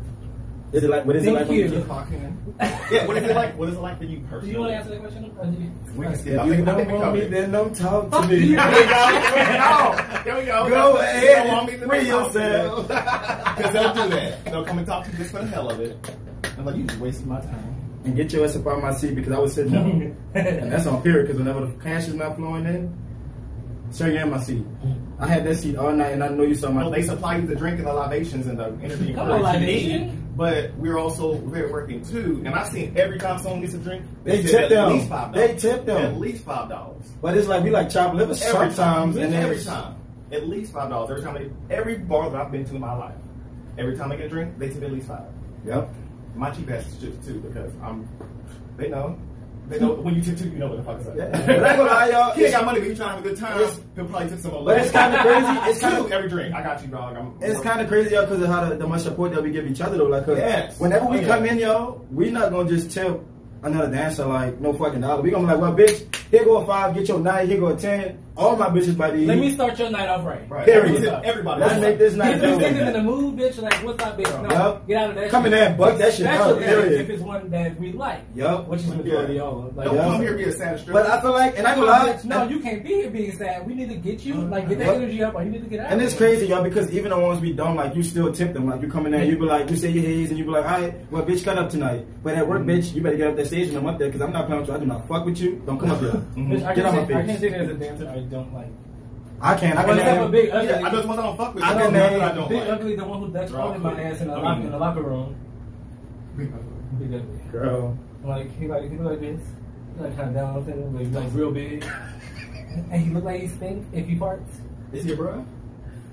Speaker 2: Is it like? What is it
Speaker 1: Thank
Speaker 2: like? when
Speaker 1: you.
Speaker 2: get-
Speaker 3: Yeah. What is it like? What is it like for you
Speaker 1: Do
Speaker 3: personally?
Speaker 1: you want to answer that question? Or did you?
Speaker 3: We can skip.
Speaker 2: If
Speaker 3: I
Speaker 2: you
Speaker 3: think- I
Speaker 2: don't
Speaker 3: think we
Speaker 2: want me,
Speaker 3: covered it.
Speaker 2: then don't talk to
Speaker 1: Fuck
Speaker 2: me.
Speaker 1: you.
Speaker 3: There we go. There we go.
Speaker 2: Go
Speaker 3: You
Speaker 2: ahead.
Speaker 3: don't want me to
Speaker 2: Free
Speaker 3: be talking,
Speaker 2: yourself.
Speaker 3: you know? Cause they'll do that. They'll come and talk to you just for the hell of it. I'm like, you just wasting my time.
Speaker 2: and get your ass up out my seat because I was sitting down. and that's on period because whenever the cash is not flowing in, sir, you're in my seat. I had that seat all night and I know you saw my
Speaker 3: No, they supply you the drink and the libations and the energy and
Speaker 1: Come on,
Speaker 3: courage you
Speaker 1: libation.
Speaker 3: need, But we're also we're working too. And I've seen every time someone gets a drink,
Speaker 2: They
Speaker 3: tip
Speaker 2: tip
Speaker 3: at
Speaker 2: them.
Speaker 3: least five
Speaker 2: They
Speaker 3: dollars.
Speaker 2: tip them.
Speaker 3: At least five dollars.
Speaker 2: But it's like we like chop liver
Speaker 3: Every
Speaker 2: sometimes
Speaker 3: time.
Speaker 2: and then
Speaker 3: every time. At least five dollars. Every time they, every bar that I've been to in my life. Every time I get a drink, they tip at least five.
Speaker 2: Yep.
Speaker 3: My cheap ass is just too because I'm. They know. They know when you tip two, you know what the fuck is up.
Speaker 2: Yeah. But I ain't gonna lie, y'all,
Speaker 3: He ain't got money, but you trying to have a good time.
Speaker 2: it's-
Speaker 3: He'll probably tip some. of
Speaker 2: But it's
Speaker 3: them.
Speaker 2: kinda crazy, it's
Speaker 3: Two
Speaker 2: kinda-
Speaker 3: every drink. I got you, dog. I'm,
Speaker 2: It's kind of crazy, y'all, because of how the, the much support that we give each other, though. Like, 'cause
Speaker 3: Yes.
Speaker 2: whenever we
Speaker 3: Oh, yeah.
Speaker 2: come in, y'all, we not gonna just tell another dancer like no fucking dollar. We gonna be like, well, bitch, here go a five, get your nine, here go a ten. All my bitches by the
Speaker 1: Let me start your night off right.
Speaker 3: Right.
Speaker 2: Period.
Speaker 3: Everybody.
Speaker 2: Let's make this night.
Speaker 1: If you're
Speaker 2: good.
Speaker 1: thinking in the mood, bitch, like, what's up, bitch? No,
Speaker 2: Yup.
Speaker 1: get out of that
Speaker 2: Come in
Speaker 1: shit.
Speaker 2: there and buck that shit
Speaker 1: Especially
Speaker 2: up, period.
Speaker 1: if it's one that we like.
Speaker 2: Yup.
Speaker 1: Which is
Speaker 2: Yeah.
Speaker 1: majority of like,
Speaker 3: Don't
Speaker 2: Yeah.
Speaker 3: come here and be a sad stripper.
Speaker 2: But I feel like, and I
Speaker 1: No,
Speaker 2: gonna lie,
Speaker 1: bitch, no, you can't be here being sad. We need to get you, like, get that
Speaker 2: Yup.
Speaker 1: energy up, or you need to get out.
Speaker 2: And
Speaker 1: of
Speaker 2: it's
Speaker 1: here.
Speaker 2: crazy, y'all, because even the ones we don't like, you still tip them. Like you come in there, you be like, you say your haze, and you be like, all right, well, bitch, cut up tonight. But at work, bitch, you better get up that stage and I'm up there because I'm not playing with you. I do not fuck with you. Don't come up here.
Speaker 1: Bitch, I
Speaker 2: Get out
Speaker 1: can
Speaker 2: my
Speaker 1: say- I can
Speaker 2: face.
Speaker 1: say that as a dancer, I don't like.
Speaker 2: I can't. I
Speaker 1: I just have a
Speaker 2: can't.
Speaker 1: big
Speaker 3: yeah, I
Speaker 1: ugly.
Speaker 3: just want I don't fuck with.
Speaker 2: I
Speaker 3: I
Speaker 2: can
Speaker 3: don't know
Speaker 2: name-
Speaker 3: that I don't
Speaker 1: Big
Speaker 3: like.
Speaker 1: ugly, the one who Dutch
Speaker 3: They're all
Speaker 1: all in my
Speaker 3: clear.
Speaker 1: ass in the
Speaker 3: I
Speaker 1: locker
Speaker 3: mean-
Speaker 1: in the locker room. Big ugly.
Speaker 2: Girl,
Speaker 1: Like he like he look like this. He like kind of down with him, but he's like real big. And he look like he stink if he farts,
Speaker 2: is he a bro?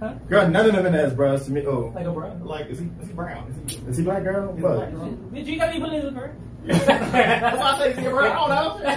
Speaker 1: huh?
Speaker 2: Girl, none of them in ass bros to me. Oh,
Speaker 1: Like a bro.
Speaker 3: Like, is he is he brown? Is he?
Speaker 2: is he black girl?
Speaker 3: Is he
Speaker 2: Fuck.
Speaker 3: black girl?
Speaker 1: Bitch, you got me put in the car.
Speaker 3: That's why I say is he brown? I don't know.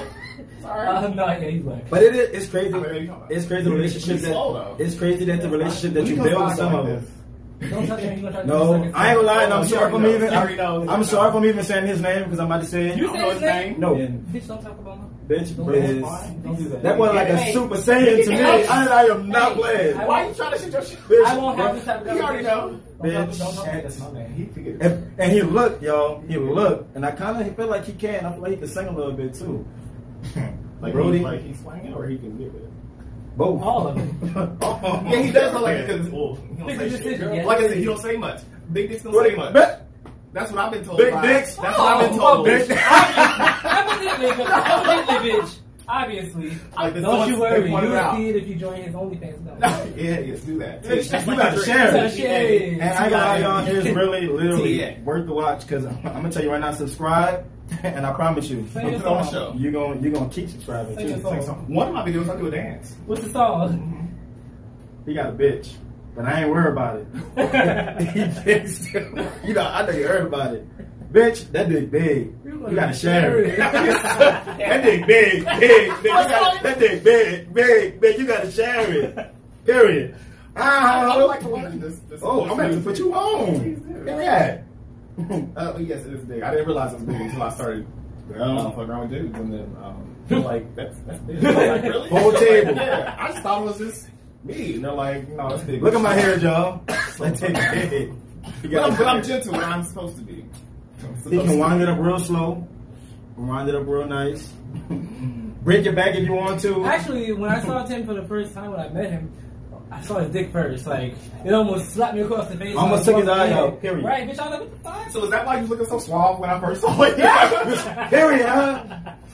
Speaker 3: Sorry.
Speaker 1: Uh, no, yeah, he's black.
Speaker 2: But it is. It's crazy.
Speaker 3: I mean, you know.
Speaker 2: It's crazy the
Speaker 3: He's
Speaker 2: relationship
Speaker 3: slow,
Speaker 2: that.
Speaker 3: though.
Speaker 2: It's crazy that the relationship that
Speaker 3: When he
Speaker 2: you
Speaker 3: comes
Speaker 2: build
Speaker 3: by
Speaker 2: with some
Speaker 3: like
Speaker 2: of
Speaker 3: this,
Speaker 2: them.
Speaker 1: Don't touch him. He's gonna try to
Speaker 2: No, I
Speaker 1: do
Speaker 2: ain't
Speaker 1: something.
Speaker 2: gonna lie, and
Speaker 3: Oh,
Speaker 2: I'm
Speaker 3: you
Speaker 2: sorry for
Speaker 3: already
Speaker 2: me
Speaker 3: know.
Speaker 2: even.
Speaker 3: You already know.
Speaker 2: I'm sorry for me even saying his name because I'm about to say it.
Speaker 1: You
Speaker 3: I
Speaker 1: said
Speaker 3: don't know his name.
Speaker 2: No.
Speaker 1: Bitch, don't talk about him.
Speaker 2: Bitch,
Speaker 1: Don't
Speaker 2: Briz.
Speaker 1: do that. Don't do that.
Speaker 2: That was like a
Speaker 3: Hey.
Speaker 2: super saiyan to me.
Speaker 3: Hey.
Speaker 2: I, I am not
Speaker 1: Hey.
Speaker 2: playing.
Speaker 1: I-
Speaker 3: Why you trying to shoot your shit?
Speaker 2: Bitch,
Speaker 1: I won't have this type of
Speaker 3: You already know.
Speaker 1: Don't talk- Don't
Speaker 2: Bitch.
Speaker 1: talk about
Speaker 3: That's my man. He figured. it out.
Speaker 2: And, and he looked, y'all. He looked, and I kind of feel like he can. I feel like he can sing a little bit too.
Speaker 3: Like
Speaker 2: Brody.
Speaker 3: Brody, like he's swinging or he can give it.
Speaker 2: Both.
Speaker 1: All of them.
Speaker 3: Yeah, he does look like a good. Well, he
Speaker 1: Make
Speaker 3: don't
Speaker 1: a
Speaker 3: say shit.
Speaker 1: decision, yeah.
Speaker 3: Like I said, he don't say much. Big dicks don't say
Speaker 2: Brody,
Speaker 3: much.
Speaker 2: bet-
Speaker 3: That's what I've been told.
Speaker 2: Big
Speaker 3: by-
Speaker 2: dicks?
Speaker 3: That's what I've been
Speaker 1: Oh,
Speaker 3: told.
Speaker 2: big-
Speaker 1: Obviously, bitch. Obviously.
Speaker 3: Like the
Speaker 1: Don't
Speaker 3: songs
Speaker 1: you
Speaker 3: they
Speaker 1: worry.
Speaker 3: pointed
Speaker 1: You'll
Speaker 3: out.
Speaker 1: see it if you join his OnlyFans. No.
Speaker 3: yeah, yes, do that.
Speaker 2: Bitch,
Speaker 3: Just
Speaker 2: you
Speaker 3: like
Speaker 2: gotta
Speaker 3: the drink.
Speaker 2: share it.
Speaker 3: Yeah, yeah,
Speaker 2: And
Speaker 3: yeah.
Speaker 2: I got y'all is really literally
Speaker 3: Yeah.
Speaker 2: worth the watch because I'm, gonna tell you right now, subscribe, and I promise you,
Speaker 1: Say
Speaker 3: Put
Speaker 1: your
Speaker 3: it on the
Speaker 1: song.
Speaker 3: show.
Speaker 2: you gonna you gonna keep subscribing
Speaker 1: Say your
Speaker 2: too.
Speaker 1: song.
Speaker 3: Like some- One of my videos, I do a dance.
Speaker 1: What's the song?
Speaker 2: He got a bitch, but I ain't worried about it. he big still. You know, I know you heard about it. Bitch, that dick big. You gotta share it. that dick big, big, big. You gotta, that dick big, big, big. You gotta share it. Period.
Speaker 3: I, I
Speaker 2: I
Speaker 3: would like to learn this. this
Speaker 2: Oh, I'm gonna have to put you on. Period.
Speaker 3: Uh, yes, it is big. I didn't realize it was big until I started. I don't fuck around with dudes, and then um, they're like that's that's big. I'm like, really?
Speaker 2: Whole
Speaker 3: Like,
Speaker 2: table.
Speaker 3: yeah, I just thought it was just me, and they're like, no, that's big.
Speaker 2: Look at my hair, y'all. That dick big. You
Speaker 3: But I'm,
Speaker 2: gotta-
Speaker 3: but I'm gentle, and I'm supposed to be. I'm
Speaker 2: He
Speaker 3: supposed
Speaker 2: can
Speaker 3: to
Speaker 2: wind it up real slow, wind it up real nice. Break your back if you want to.
Speaker 1: Actually, when I saw Tim for the first time when I met him, I saw his dick first. Like it almost slapped me across the face.
Speaker 2: Almost took his eye out, period.
Speaker 1: Right, bitch. I was like, what the fuck?
Speaker 3: be. So is that why you was looking so suave when I first saw you?
Speaker 2: Period, huh?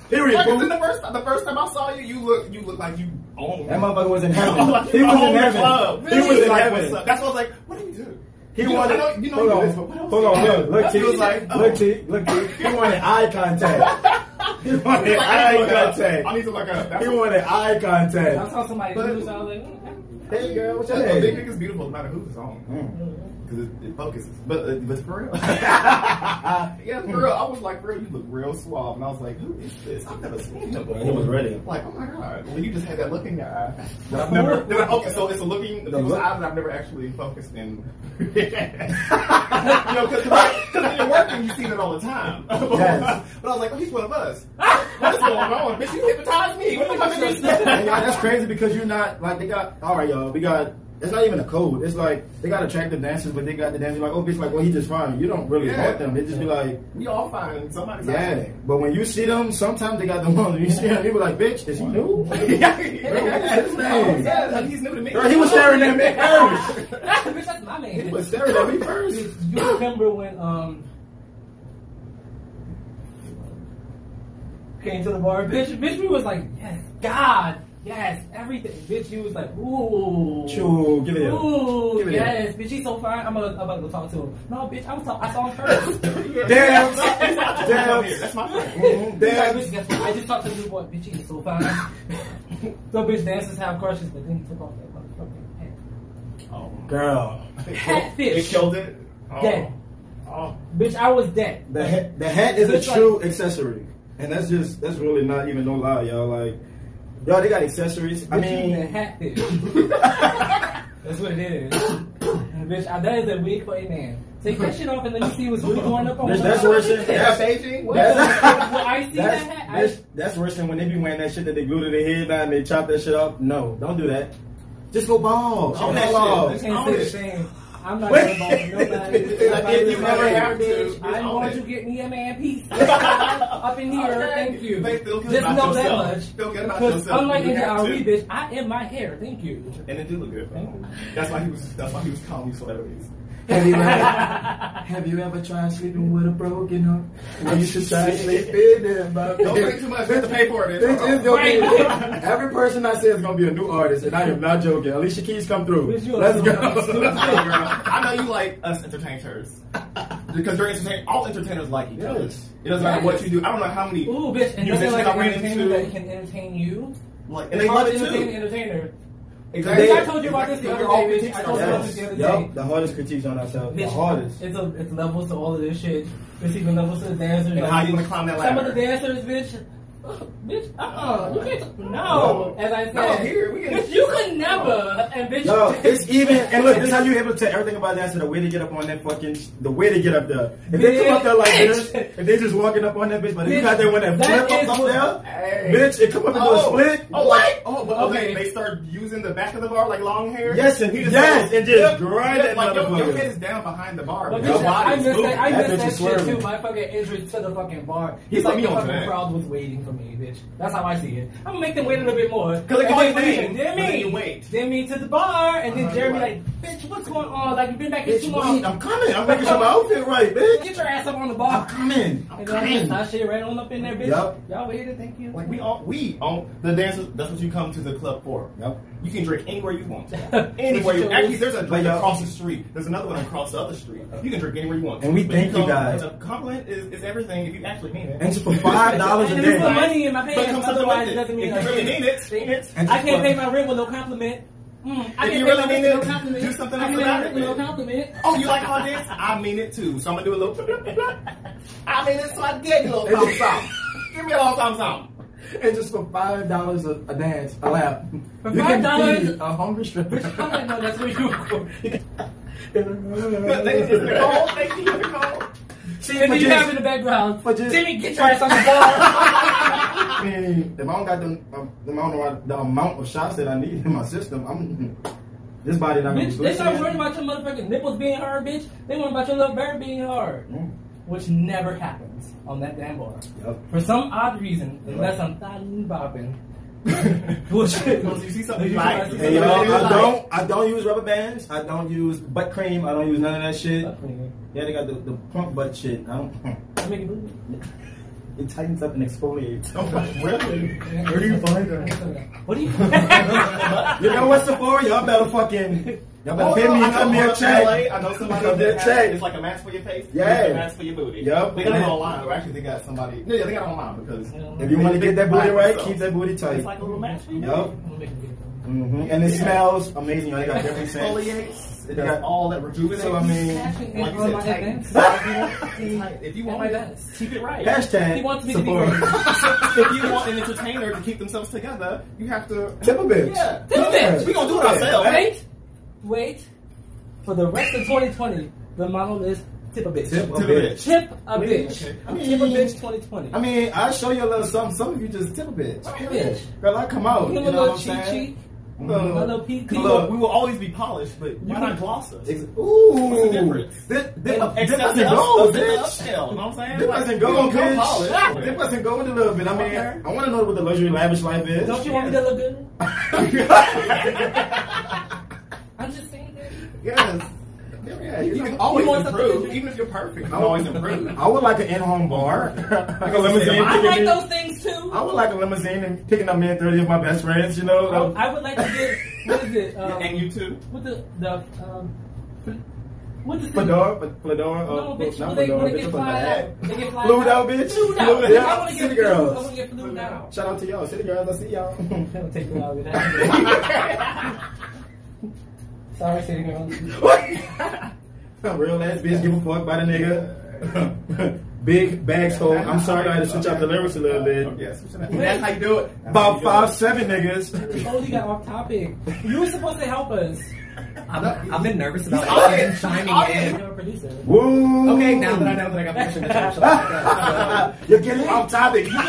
Speaker 2: Period,
Speaker 3: Like, 'cause then
Speaker 2: boo.
Speaker 3: the first time, the first time I saw you, you look you look like you own.
Speaker 2: That motherfucker was in heaven.
Speaker 3: I'm like,
Speaker 2: He
Speaker 3: I
Speaker 2: was
Speaker 3: own
Speaker 2: in
Speaker 3: the
Speaker 2: heaven.
Speaker 3: club.
Speaker 2: He was
Speaker 3: Really?
Speaker 2: in
Speaker 3: Like,
Speaker 2: heaven.
Speaker 3: what's up? That's why I was like, what do you do?
Speaker 2: He
Speaker 3: you know,
Speaker 2: wanted.
Speaker 3: I know, you know,
Speaker 2: hold
Speaker 3: you do
Speaker 2: on,
Speaker 3: this, but what else
Speaker 2: hold
Speaker 3: do
Speaker 2: on,
Speaker 3: you do?
Speaker 2: look, look,
Speaker 3: oh. He was
Speaker 2: T,
Speaker 3: like,
Speaker 2: look, T, look, T. He wanted eye contact. He wanted
Speaker 3: Like,
Speaker 2: eye
Speaker 3: need to look it up. I
Speaker 2: contact.
Speaker 3: need to look it up. That's
Speaker 2: He
Speaker 3: what-
Speaker 2: wanted eye
Speaker 1: I
Speaker 2: contact.
Speaker 1: saw somebody
Speaker 3: But-
Speaker 1: do this. I was like, mm,
Speaker 2: Hey girl, what's
Speaker 3: That's why
Speaker 2: your
Speaker 3: Big
Speaker 2: name?
Speaker 3: Dick is beautiful no matter who's it's on.
Speaker 2: Mm.
Speaker 3: Because it, it focuses. But, uh, but for real. yeah, for real. I was like, for real, you look real suave. And I was like, who is this? I've never seen him before.
Speaker 2: He was ready.
Speaker 3: Like, oh my God. Well, you just had that look in your eye. But I've never. no, okay, so it's a looking. The
Speaker 2: look?
Speaker 3: eye that I've never actually focused in. you know, because when you're working, you see that all the time.
Speaker 2: Yes.
Speaker 3: but I was like, oh, he's one of us. What is going on? Bitch, you hypnotized me. What the fuck is
Speaker 2: And
Speaker 3: this?
Speaker 2: y'all, that's crazy because you're not like they got. All right, y'all, we got. It's not even a code. It's like they got attractive dancers, but they got the dancers like, oh, bitch, like, well, he just fine. You don't really
Speaker 3: Yeah.
Speaker 2: want them. They just be like,
Speaker 3: We all find somebody's
Speaker 2: yeah. But when you see them, sometimes they got the ones you see them, you be like, bitch, is he new?
Speaker 3: yeah, he's new to me.
Speaker 2: Girl, he was staring at me first.
Speaker 1: bitch, that's my name.
Speaker 2: He was staring at me first.
Speaker 1: Did you remember when um came to the bar, bitch? Bitch, we was like, yes, God, yes, everything. Bitch, you was like, ooh,
Speaker 2: Chew, give it here.
Speaker 1: ooh,
Speaker 2: Give it
Speaker 1: yes, bitch, she's so fine. I'm gonna, I'm gonna go talk to him. No, bitch, I was talk- I saw him first.
Speaker 2: Damn,
Speaker 3: That's my
Speaker 2: damn,
Speaker 1: He's like,
Speaker 2: damn.
Speaker 1: bitch, guess what? I just talked to this boy. Bitch, he's so fine. so bitch, dancers have crushes, but then he took off that motherfucking hat.
Speaker 2: Girl,
Speaker 3: It killed it. Oh.
Speaker 1: Bitch, I was dead.
Speaker 2: the hat, the hat is
Speaker 1: It's
Speaker 2: a
Speaker 1: like-
Speaker 2: true accessory, and that's just that's really not even no lie, y'all. Like, y'all, they got accessories. I
Speaker 1: Bitch, you the
Speaker 2: mean,
Speaker 1: hat bitch. That's what it is. bitch, I, that is a wig for a man. Take that shit off and let me see what's really going up on
Speaker 2: Bitch,
Speaker 1: my-
Speaker 2: that's worse than-
Speaker 1: What
Speaker 2: that's-
Speaker 3: Beijing.
Speaker 1: the-
Speaker 2: that's-
Speaker 1: Well, I see that
Speaker 2: that's,
Speaker 1: hat. I,
Speaker 2: that's that's worse than when they be wearing that shit that they glue to their head now and they chop that shit up. No, don't do that. Just go bald.
Speaker 3: Own
Speaker 2: Go
Speaker 3: that shit.
Speaker 2: bald.
Speaker 1: I
Speaker 3: That's-
Speaker 1: can't
Speaker 3: own
Speaker 1: say
Speaker 3: it.
Speaker 1: shame. I'm not
Speaker 2: Wait.
Speaker 1: gonna bother nobody.
Speaker 2: If
Speaker 1: Nobody
Speaker 2: you
Speaker 1: is
Speaker 2: ever
Speaker 1: my
Speaker 2: have
Speaker 3: to,
Speaker 1: bitch.
Speaker 3: just
Speaker 1: I
Speaker 3: own
Speaker 1: want to
Speaker 3: it.
Speaker 1: get me a man piece. Up in here,
Speaker 3: Okay.
Speaker 1: thank you.
Speaker 3: Babe,
Speaker 1: Just
Speaker 3: feel good about
Speaker 1: know that
Speaker 3: yourself.
Speaker 1: much.
Speaker 3: Feel good about
Speaker 1: Because
Speaker 3: yourself.
Speaker 1: unlike
Speaker 3: You
Speaker 1: in the
Speaker 3: have
Speaker 1: RE,
Speaker 3: to.
Speaker 1: bitch, I am my hair. Thank you.
Speaker 3: And it did look good. Oh. That's why he was. That's why he was calling you celebrities.
Speaker 2: Have you ever, have you ever tried sleeping with a broken heart? When you should try sleeping in my
Speaker 3: Don't drink too much. You have to pay for it.
Speaker 2: This is your
Speaker 1: Right.
Speaker 2: thing. Every person I say is gonna be a new artist, and I am not joking. Alicia Keys come through.
Speaker 1: Bitch, you a
Speaker 2: Let's
Speaker 1: stupid
Speaker 2: go.
Speaker 1: bitch.
Speaker 3: Hey, girl, I know you like us entertainers because you're entertain. All entertainers like each other.
Speaker 2: Yes.
Speaker 3: It doesn't matter what you do. I don't know how many
Speaker 1: Ooh, bitch, and nothing
Speaker 3: musicians
Speaker 1: like
Speaker 3: I
Speaker 1: an
Speaker 3: ran
Speaker 1: entertainer that
Speaker 3: into.
Speaker 1: can entertain you.
Speaker 3: Like, and they love it
Speaker 1: Entertain the
Speaker 3: too.
Speaker 1: entertainer.
Speaker 3: Exactly.
Speaker 2: They- I
Speaker 1: told you about this the other
Speaker 3: They're all
Speaker 1: day, bitch.
Speaker 3: critiques
Speaker 1: I told
Speaker 3: on
Speaker 1: you about
Speaker 3: us.
Speaker 1: this the other day.
Speaker 2: Yup, the hardest critiques on ourselves. The
Speaker 1: Bitch,
Speaker 2: hardest.
Speaker 1: It's a it's levels to all of this shit. It's even levels to the dancers.
Speaker 3: And how you gonna climb that
Speaker 1: Some of
Speaker 3: ladder?
Speaker 1: the dancers, bitch. uh, Bitch, uh, uh you can't. No, as I said,
Speaker 3: No, here, we can-
Speaker 1: bitch, you could never, and bitch,
Speaker 2: Yo, it's even, and look, this is how you able to tell everything about that. So the way to get up on that fucking, the way to get up there. If they come up there like this,
Speaker 1: Bitch.
Speaker 2: if they just walking up on that bitch, but if you
Speaker 1: Bitch,
Speaker 2: got that one that
Speaker 1: that
Speaker 2: flip
Speaker 1: is
Speaker 2: up, up
Speaker 1: what-
Speaker 2: there, bitch, it come up into a split.
Speaker 3: Oh, like, oh, but okay.
Speaker 1: Okay.
Speaker 3: They start using the back of the bar like long hair.
Speaker 2: Yes, and- yes, and just grind
Speaker 3: yeah,
Speaker 2: that
Speaker 3: like your, your
Speaker 2: motherfucker.
Speaker 3: head is down behind the bar.
Speaker 1: But
Speaker 3: your
Speaker 1: bitch, I
Speaker 3: body is
Speaker 1: missed
Speaker 3: moving.
Speaker 1: that, I
Speaker 2: That
Speaker 1: missed
Speaker 2: bitch
Speaker 1: that
Speaker 2: is
Speaker 1: shit
Speaker 2: swerving.
Speaker 1: too. My fucking entrance to the fucking bar.
Speaker 3: He's
Speaker 1: He's
Speaker 3: like,
Speaker 1: like,
Speaker 3: you
Speaker 1: the
Speaker 3: don't do
Speaker 1: fucking
Speaker 3: that.
Speaker 1: crowd was waiting for me, bitch. That's how I see it. I'm gonna make them wait a little bit more.
Speaker 3: Cause they can
Speaker 1: And
Speaker 3: wait,
Speaker 1: then
Speaker 3: wait,
Speaker 1: Then
Speaker 3: but then
Speaker 1: me,
Speaker 3: you wait.
Speaker 1: Then me to the bar, and then
Speaker 3: Uh-huh,
Speaker 1: Jeremy
Speaker 3: you wait.
Speaker 1: like, bitch, what's going on? Like you've been back here too
Speaker 2: Bitch,
Speaker 1: long.
Speaker 2: wait, I'm coming. I'm making sure my outfit right, bitch.
Speaker 1: Get your ass up on the
Speaker 2: I'm
Speaker 1: bar.
Speaker 2: coming. I'm
Speaker 1: And then I just
Speaker 2: coming.
Speaker 1: I shit right on up in there, bitch.
Speaker 2: Yup.
Speaker 1: Y'all waited, thank you.
Speaker 3: Like we all we own the dancers. That's what you come to the club for.
Speaker 2: Yep.
Speaker 3: You can drink anywhere you want. anywhere you
Speaker 1: Sure.
Speaker 3: actually, there's a
Speaker 2: But
Speaker 3: drink
Speaker 2: y'all-
Speaker 3: across the street. There's another one across the other street. You can drink anywhere you want.
Speaker 2: And we
Speaker 3: But
Speaker 2: thank you
Speaker 3: come-
Speaker 2: guys.
Speaker 3: A compliment is, is everything if you actually mean it.
Speaker 2: And just for five dollars a
Speaker 1: And there's some
Speaker 2: day.
Speaker 1: money in my
Speaker 3: But
Speaker 1: pants.
Speaker 3: come something
Speaker 1: Otherwise,
Speaker 3: with
Speaker 1: it
Speaker 3: it.
Speaker 1: doesn't mean
Speaker 3: If you really
Speaker 1: nothing.
Speaker 3: mean it, mean it.
Speaker 2: And
Speaker 1: I
Speaker 2: just
Speaker 1: can't
Speaker 2: for-
Speaker 1: pay my rent with no compliment. Mm, I
Speaker 3: If you
Speaker 1: can't pay
Speaker 3: really
Speaker 1: my
Speaker 3: mean
Speaker 1: rent with
Speaker 3: it,
Speaker 1: no compliment.
Speaker 3: do something
Speaker 1: I can't
Speaker 3: else
Speaker 1: pay my
Speaker 3: about
Speaker 1: rent
Speaker 3: it.
Speaker 1: with no compliment.
Speaker 3: Oh, you like how I dance? I mean it too. So I'm gonna do a little. I mean it, so I get you a little something, something. Give me a little something, something.
Speaker 2: And just for five dollars a a dance, a lap.
Speaker 1: For
Speaker 2: you can
Speaker 1: $5?
Speaker 2: feed a hungry stripper.
Speaker 1: I know that's where you go.
Speaker 3: But they- it's Nicole, thank you, Nicole.
Speaker 2: See,
Speaker 1: And
Speaker 2: for
Speaker 1: then you
Speaker 2: just-
Speaker 1: have in the background.
Speaker 2: for just-
Speaker 1: Jimmy, get your ass on the bar.
Speaker 2: I mean, if I don't got the, um, the, amount of, the amount of shots that I need in my system, I'm this body not gonna
Speaker 1: bitch,
Speaker 2: do
Speaker 1: they
Speaker 2: it.
Speaker 1: start worrying about your motherfucking nipples being hard, bitch. They worrying about your little bird being hard,
Speaker 2: Mm,
Speaker 1: which never happens on that damn bar.
Speaker 2: yup.
Speaker 1: For some odd reason, unless I'm thotting bopping. Bullshit.
Speaker 3: Because you see something
Speaker 1: Did
Speaker 3: you like.
Speaker 1: see
Speaker 2: Hey,
Speaker 1: something
Speaker 2: y'all,
Speaker 1: you
Speaker 2: I
Speaker 1: like?
Speaker 2: don't, I don't use rubber bands. I don't use butt cream. I don't use none of that shit.
Speaker 1: Fuck me.
Speaker 2: Yeah, they got the, the pump butt shit. I don't.
Speaker 1: I make it move.
Speaker 2: it tightens up and exfoliates.
Speaker 3: I'm like, really?
Speaker 1: Where
Speaker 4: do you find that?
Speaker 1: What do you?
Speaker 2: You know what, Sephora? Y'all better fucking. Y'all better
Speaker 3: Oh,
Speaker 2: pay
Speaker 3: no,
Speaker 2: me
Speaker 3: I know
Speaker 2: come here a
Speaker 3: one in LA,
Speaker 2: check.
Speaker 3: I know somebody
Speaker 2: Come here
Speaker 3: that
Speaker 2: a
Speaker 3: has-
Speaker 2: check.
Speaker 3: It's like a mask for your face.
Speaker 2: Yeah.
Speaker 3: It's a mask for your booty.
Speaker 2: Yup.
Speaker 3: They got it online. Or actually, they got somebody. No, yeah, they got it online because
Speaker 2: If you want to get
Speaker 3: they- they
Speaker 2: that booty
Speaker 3: buy it
Speaker 2: right,
Speaker 3: themselves.
Speaker 2: keep that booty tight.
Speaker 3: It's like a little mask for your
Speaker 2: Yup.
Speaker 3: booty.
Speaker 2: hmm And it smells amazing. Y'all They got
Speaker 3: It
Speaker 2: different scents.
Speaker 3: exfoliates. It does all that rejuvenates.
Speaker 2: So I mean,
Speaker 3: like you said, tight. Tight. If you
Speaker 1: Oh
Speaker 3: want
Speaker 1: my
Speaker 3: it,
Speaker 1: goodness.
Speaker 3: keep it
Speaker 1: He
Speaker 3: right.
Speaker 2: hashtag
Speaker 1: wants me to be
Speaker 2: Sephora.
Speaker 3: if you want an entertainer to keep themselves together, you have to.
Speaker 2: Tip a bitch.
Speaker 3: Yeah.
Speaker 1: Tip a bitch.
Speaker 3: We gonna do it ourselves.
Speaker 1: Wait, wait. For the rest of 2020, the model is tip a bitch.
Speaker 2: Tip a
Speaker 3: Tip a
Speaker 2: bitch.
Speaker 1: Tip a
Speaker 3: Okay.
Speaker 1: bitch.
Speaker 3: I mean-
Speaker 1: tip a bitch 2020.
Speaker 2: I mean, I show you a little something. Some of you just tip a bitch.
Speaker 1: bitch.
Speaker 2: Girl, I come out.
Speaker 1: Give him
Speaker 2: You know
Speaker 1: a
Speaker 2: what
Speaker 1: little
Speaker 2: I'm
Speaker 1: cheat
Speaker 2: saying? Mm-hmm.
Speaker 1: cheat.
Speaker 2: Little-
Speaker 1: A little peek.
Speaker 3: We will, we will always be polished, but why not gloss us?
Speaker 2: Ex-
Speaker 3: What's
Speaker 2: Ooh,
Speaker 3: the difference?
Speaker 2: Dip, dip,
Speaker 3: Except
Speaker 2: dip us
Speaker 3: the
Speaker 2: and go,
Speaker 3: up- the
Speaker 2: bitch.
Speaker 3: upscale, you know what I'm saying?
Speaker 2: Dip
Speaker 3: Like,
Speaker 2: us and
Speaker 3: we
Speaker 2: go,
Speaker 3: gonna come
Speaker 2: bitch.
Speaker 3: polished.
Speaker 2: Dip us and go in a little bit. I mean, I want to know what the luxury lavish life is.
Speaker 1: Don't you want me to look good? I'm just saying.
Speaker 2: Yes. Yeah,
Speaker 3: You
Speaker 2: you
Speaker 3: can
Speaker 2: know,
Speaker 3: always
Speaker 1: You want something
Speaker 3: improve,
Speaker 1: to do.
Speaker 3: even if you're perfect. You can always improve.
Speaker 2: I would like an in-home bar. like a
Speaker 1: I
Speaker 2: limousine.
Speaker 1: like
Speaker 2: picking me-
Speaker 1: those things too.
Speaker 2: I would like a limousine and picking up me and 30 of my best friends, you know?
Speaker 1: I, Um, I would like to get what is it? Um,
Speaker 3: and you too.
Speaker 1: what the the um, what the
Speaker 2: Fedora, F- Fedora, uh,
Speaker 1: No, bitch,
Speaker 2: not
Speaker 1: when they,
Speaker 2: Fedora,
Speaker 1: when they
Speaker 2: bitch,
Speaker 1: get
Speaker 2: I'm
Speaker 1: fly
Speaker 2: like,
Speaker 1: out, they get fly
Speaker 2: Flued out, bitch.
Speaker 1: Flued
Speaker 2: Flued
Speaker 1: out.
Speaker 2: out.
Speaker 1: I want to
Speaker 2: City
Speaker 1: get flued. I
Speaker 2: girls.
Speaker 1: want to get flued out.
Speaker 2: Shout out to y'all, city girls, I see y'all.
Speaker 1: Don't take me out of it. Sorry, city girls.
Speaker 2: Real ass bitch, give a fuck by the nigga. Big bag hole. I'm sorry I had to switch out the lyrics a little bit.
Speaker 3: Okay, yes. That's how you do it.
Speaker 2: About five seven niggas.
Speaker 1: Oh, you got off topic. You were supposed to help us.
Speaker 5: I'm, I've been nervous about
Speaker 3: Oh,
Speaker 5: even
Speaker 3: yeah.
Speaker 5: chiming
Speaker 3: Oh,
Speaker 5: in.
Speaker 1: You're a producer.
Speaker 2: Woo!
Speaker 5: Okay, now that I know that I got permission to talk shit like that.
Speaker 2: You're getting off topic.
Speaker 1: You can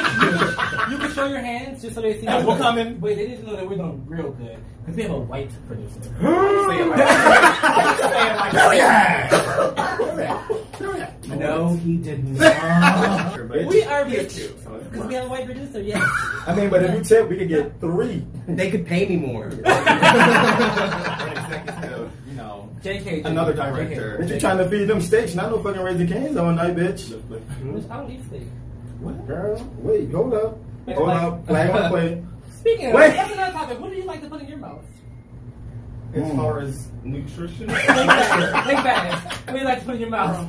Speaker 1: show your hands just so they see.
Speaker 3: Guys, we're coming.
Speaker 1: Wait, they didn't know that we're doing real good because we have a white producer.
Speaker 5: so- No, he did not.
Speaker 1: We are rich because we have a white producer. Yes.
Speaker 2: I mean, but if you tip, we could get three.
Speaker 5: they could pay me more.
Speaker 3: You know,
Speaker 1: JK.
Speaker 3: Another
Speaker 1: JK.
Speaker 3: director.
Speaker 2: But you trying to feed them steaks, not no fucking raising canes all night, bitch.
Speaker 1: I don't eat steak.
Speaker 2: Girl, wait, hold up. Hold up, flag on the play.
Speaker 1: Speaking of,
Speaker 2: Wait.
Speaker 1: that's another topic. What do you like to put in your mouth?
Speaker 5: Mm.
Speaker 3: as far as nutrition,
Speaker 1: Think fast. Think fast. What do you like to put in your mouth?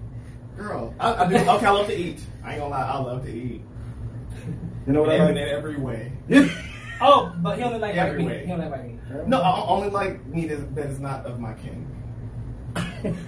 Speaker 3: girl, I, I do. Okay, I love to eat. I ain't gonna lie, I love to eat.
Speaker 2: You know what I
Speaker 3: And in
Speaker 2: mean?
Speaker 3: every way.
Speaker 1: Oh, but he only like white
Speaker 3: Every
Speaker 1: meat.
Speaker 3: way.
Speaker 1: He only like white meat.
Speaker 3: No, I I only like meat that- that is not of my king.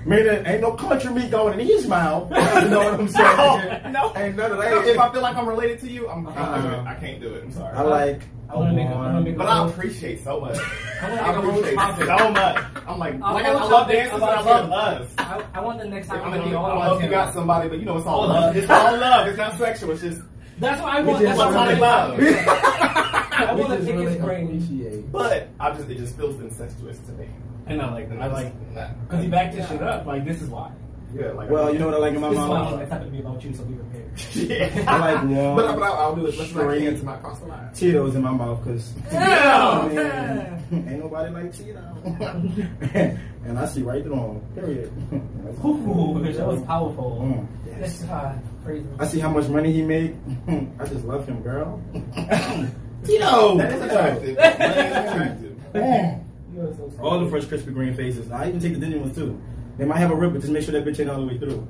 Speaker 2: Meaning, ain't no country meat going in his mouth. You know what I'm saying?
Speaker 3: no.
Speaker 2: Ain't none of
Speaker 3: No, if I
Speaker 2: that. Uh-huh.
Speaker 3: feel like I'm related to you, I'm, I, can't do it. I can't do it. I'm sorry.
Speaker 2: I like.
Speaker 1: I wanna make a- I wanna make a-
Speaker 3: but I appreciate so much.
Speaker 1: I wanna
Speaker 3: I
Speaker 1: make a whole
Speaker 3: appreciate
Speaker 1: topic.
Speaker 3: so much. I'm like,
Speaker 1: I'll
Speaker 3: like I, I
Speaker 1: hold
Speaker 3: love
Speaker 1: something
Speaker 3: dancers, but
Speaker 1: about
Speaker 3: I love
Speaker 1: him.
Speaker 3: us.
Speaker 1: I, I want the next
Speaker 3: I
Speaker 1: time
Speaker 3: mean,
Speaker 1: to
Speaker 3: I
Speaker 1: be all
Speaker 3: love
Speaker 1: about
Speaker 3: you
Speaker 1: him.
Speaker 3: got somebody, but you know it's all love. It's all love. It's not sexual. It's just.
Speaker 1: That's what I
Speaker 2: We
Speaker 1: want.
Speaker 2: just
Speaker 1: That's what I
Speaker 3: really-
Speaker 1: want.
Speaker 3: We
Speaker 1: I want to
Speaker 2: just
Speaker 1: pick his
Speaker 2: really
Speaker 1: brain.
Speaker 2: appreciate.
Speaker 3: But I just it just feels incestuous to me.
Speaker 1: And I like that.
Speaker 3: I like that.
Speaker 1: because he backed this shit up. Like this is why.
Speaker 3: Yeah, like
Speaker 2: Well, you know what I like in my
Speaker 1: This
Speaker 3: Um,
Speaker 1: is why I want
Speaker 2: mom?
Speaker 1: that happened to be about you, so be prepared.
Speaker 3: yeah.
Speaker 2: I like warm
Speaker 3: But, I- but I, I'll do it. Let's not
Speaker 2: string.
Speaker 3: get into my cross the line.
Speaker 2: Cheetos in my mouth because
Speaker 1: Yeah.
Speaker 2: ain't nobody like Cheetos. and I see right through them. Period.
Speaker 1: Ooh, that was powerful.
Speaker 2: Mm.
Speaker 1: That's uh, crazy.
Speaker 2: I see how much money he made. I just love him, girl.
Speaker 3: Tito! That is
Speaker 2: Tito.
Speaker 3: attractive. That is attractive.
Speaker 1: You are so
Speaker 2: All the fresh crispy green faces. I even take the dingy ones too. They might have a rip, but just make sure that bitch ain't all the way through.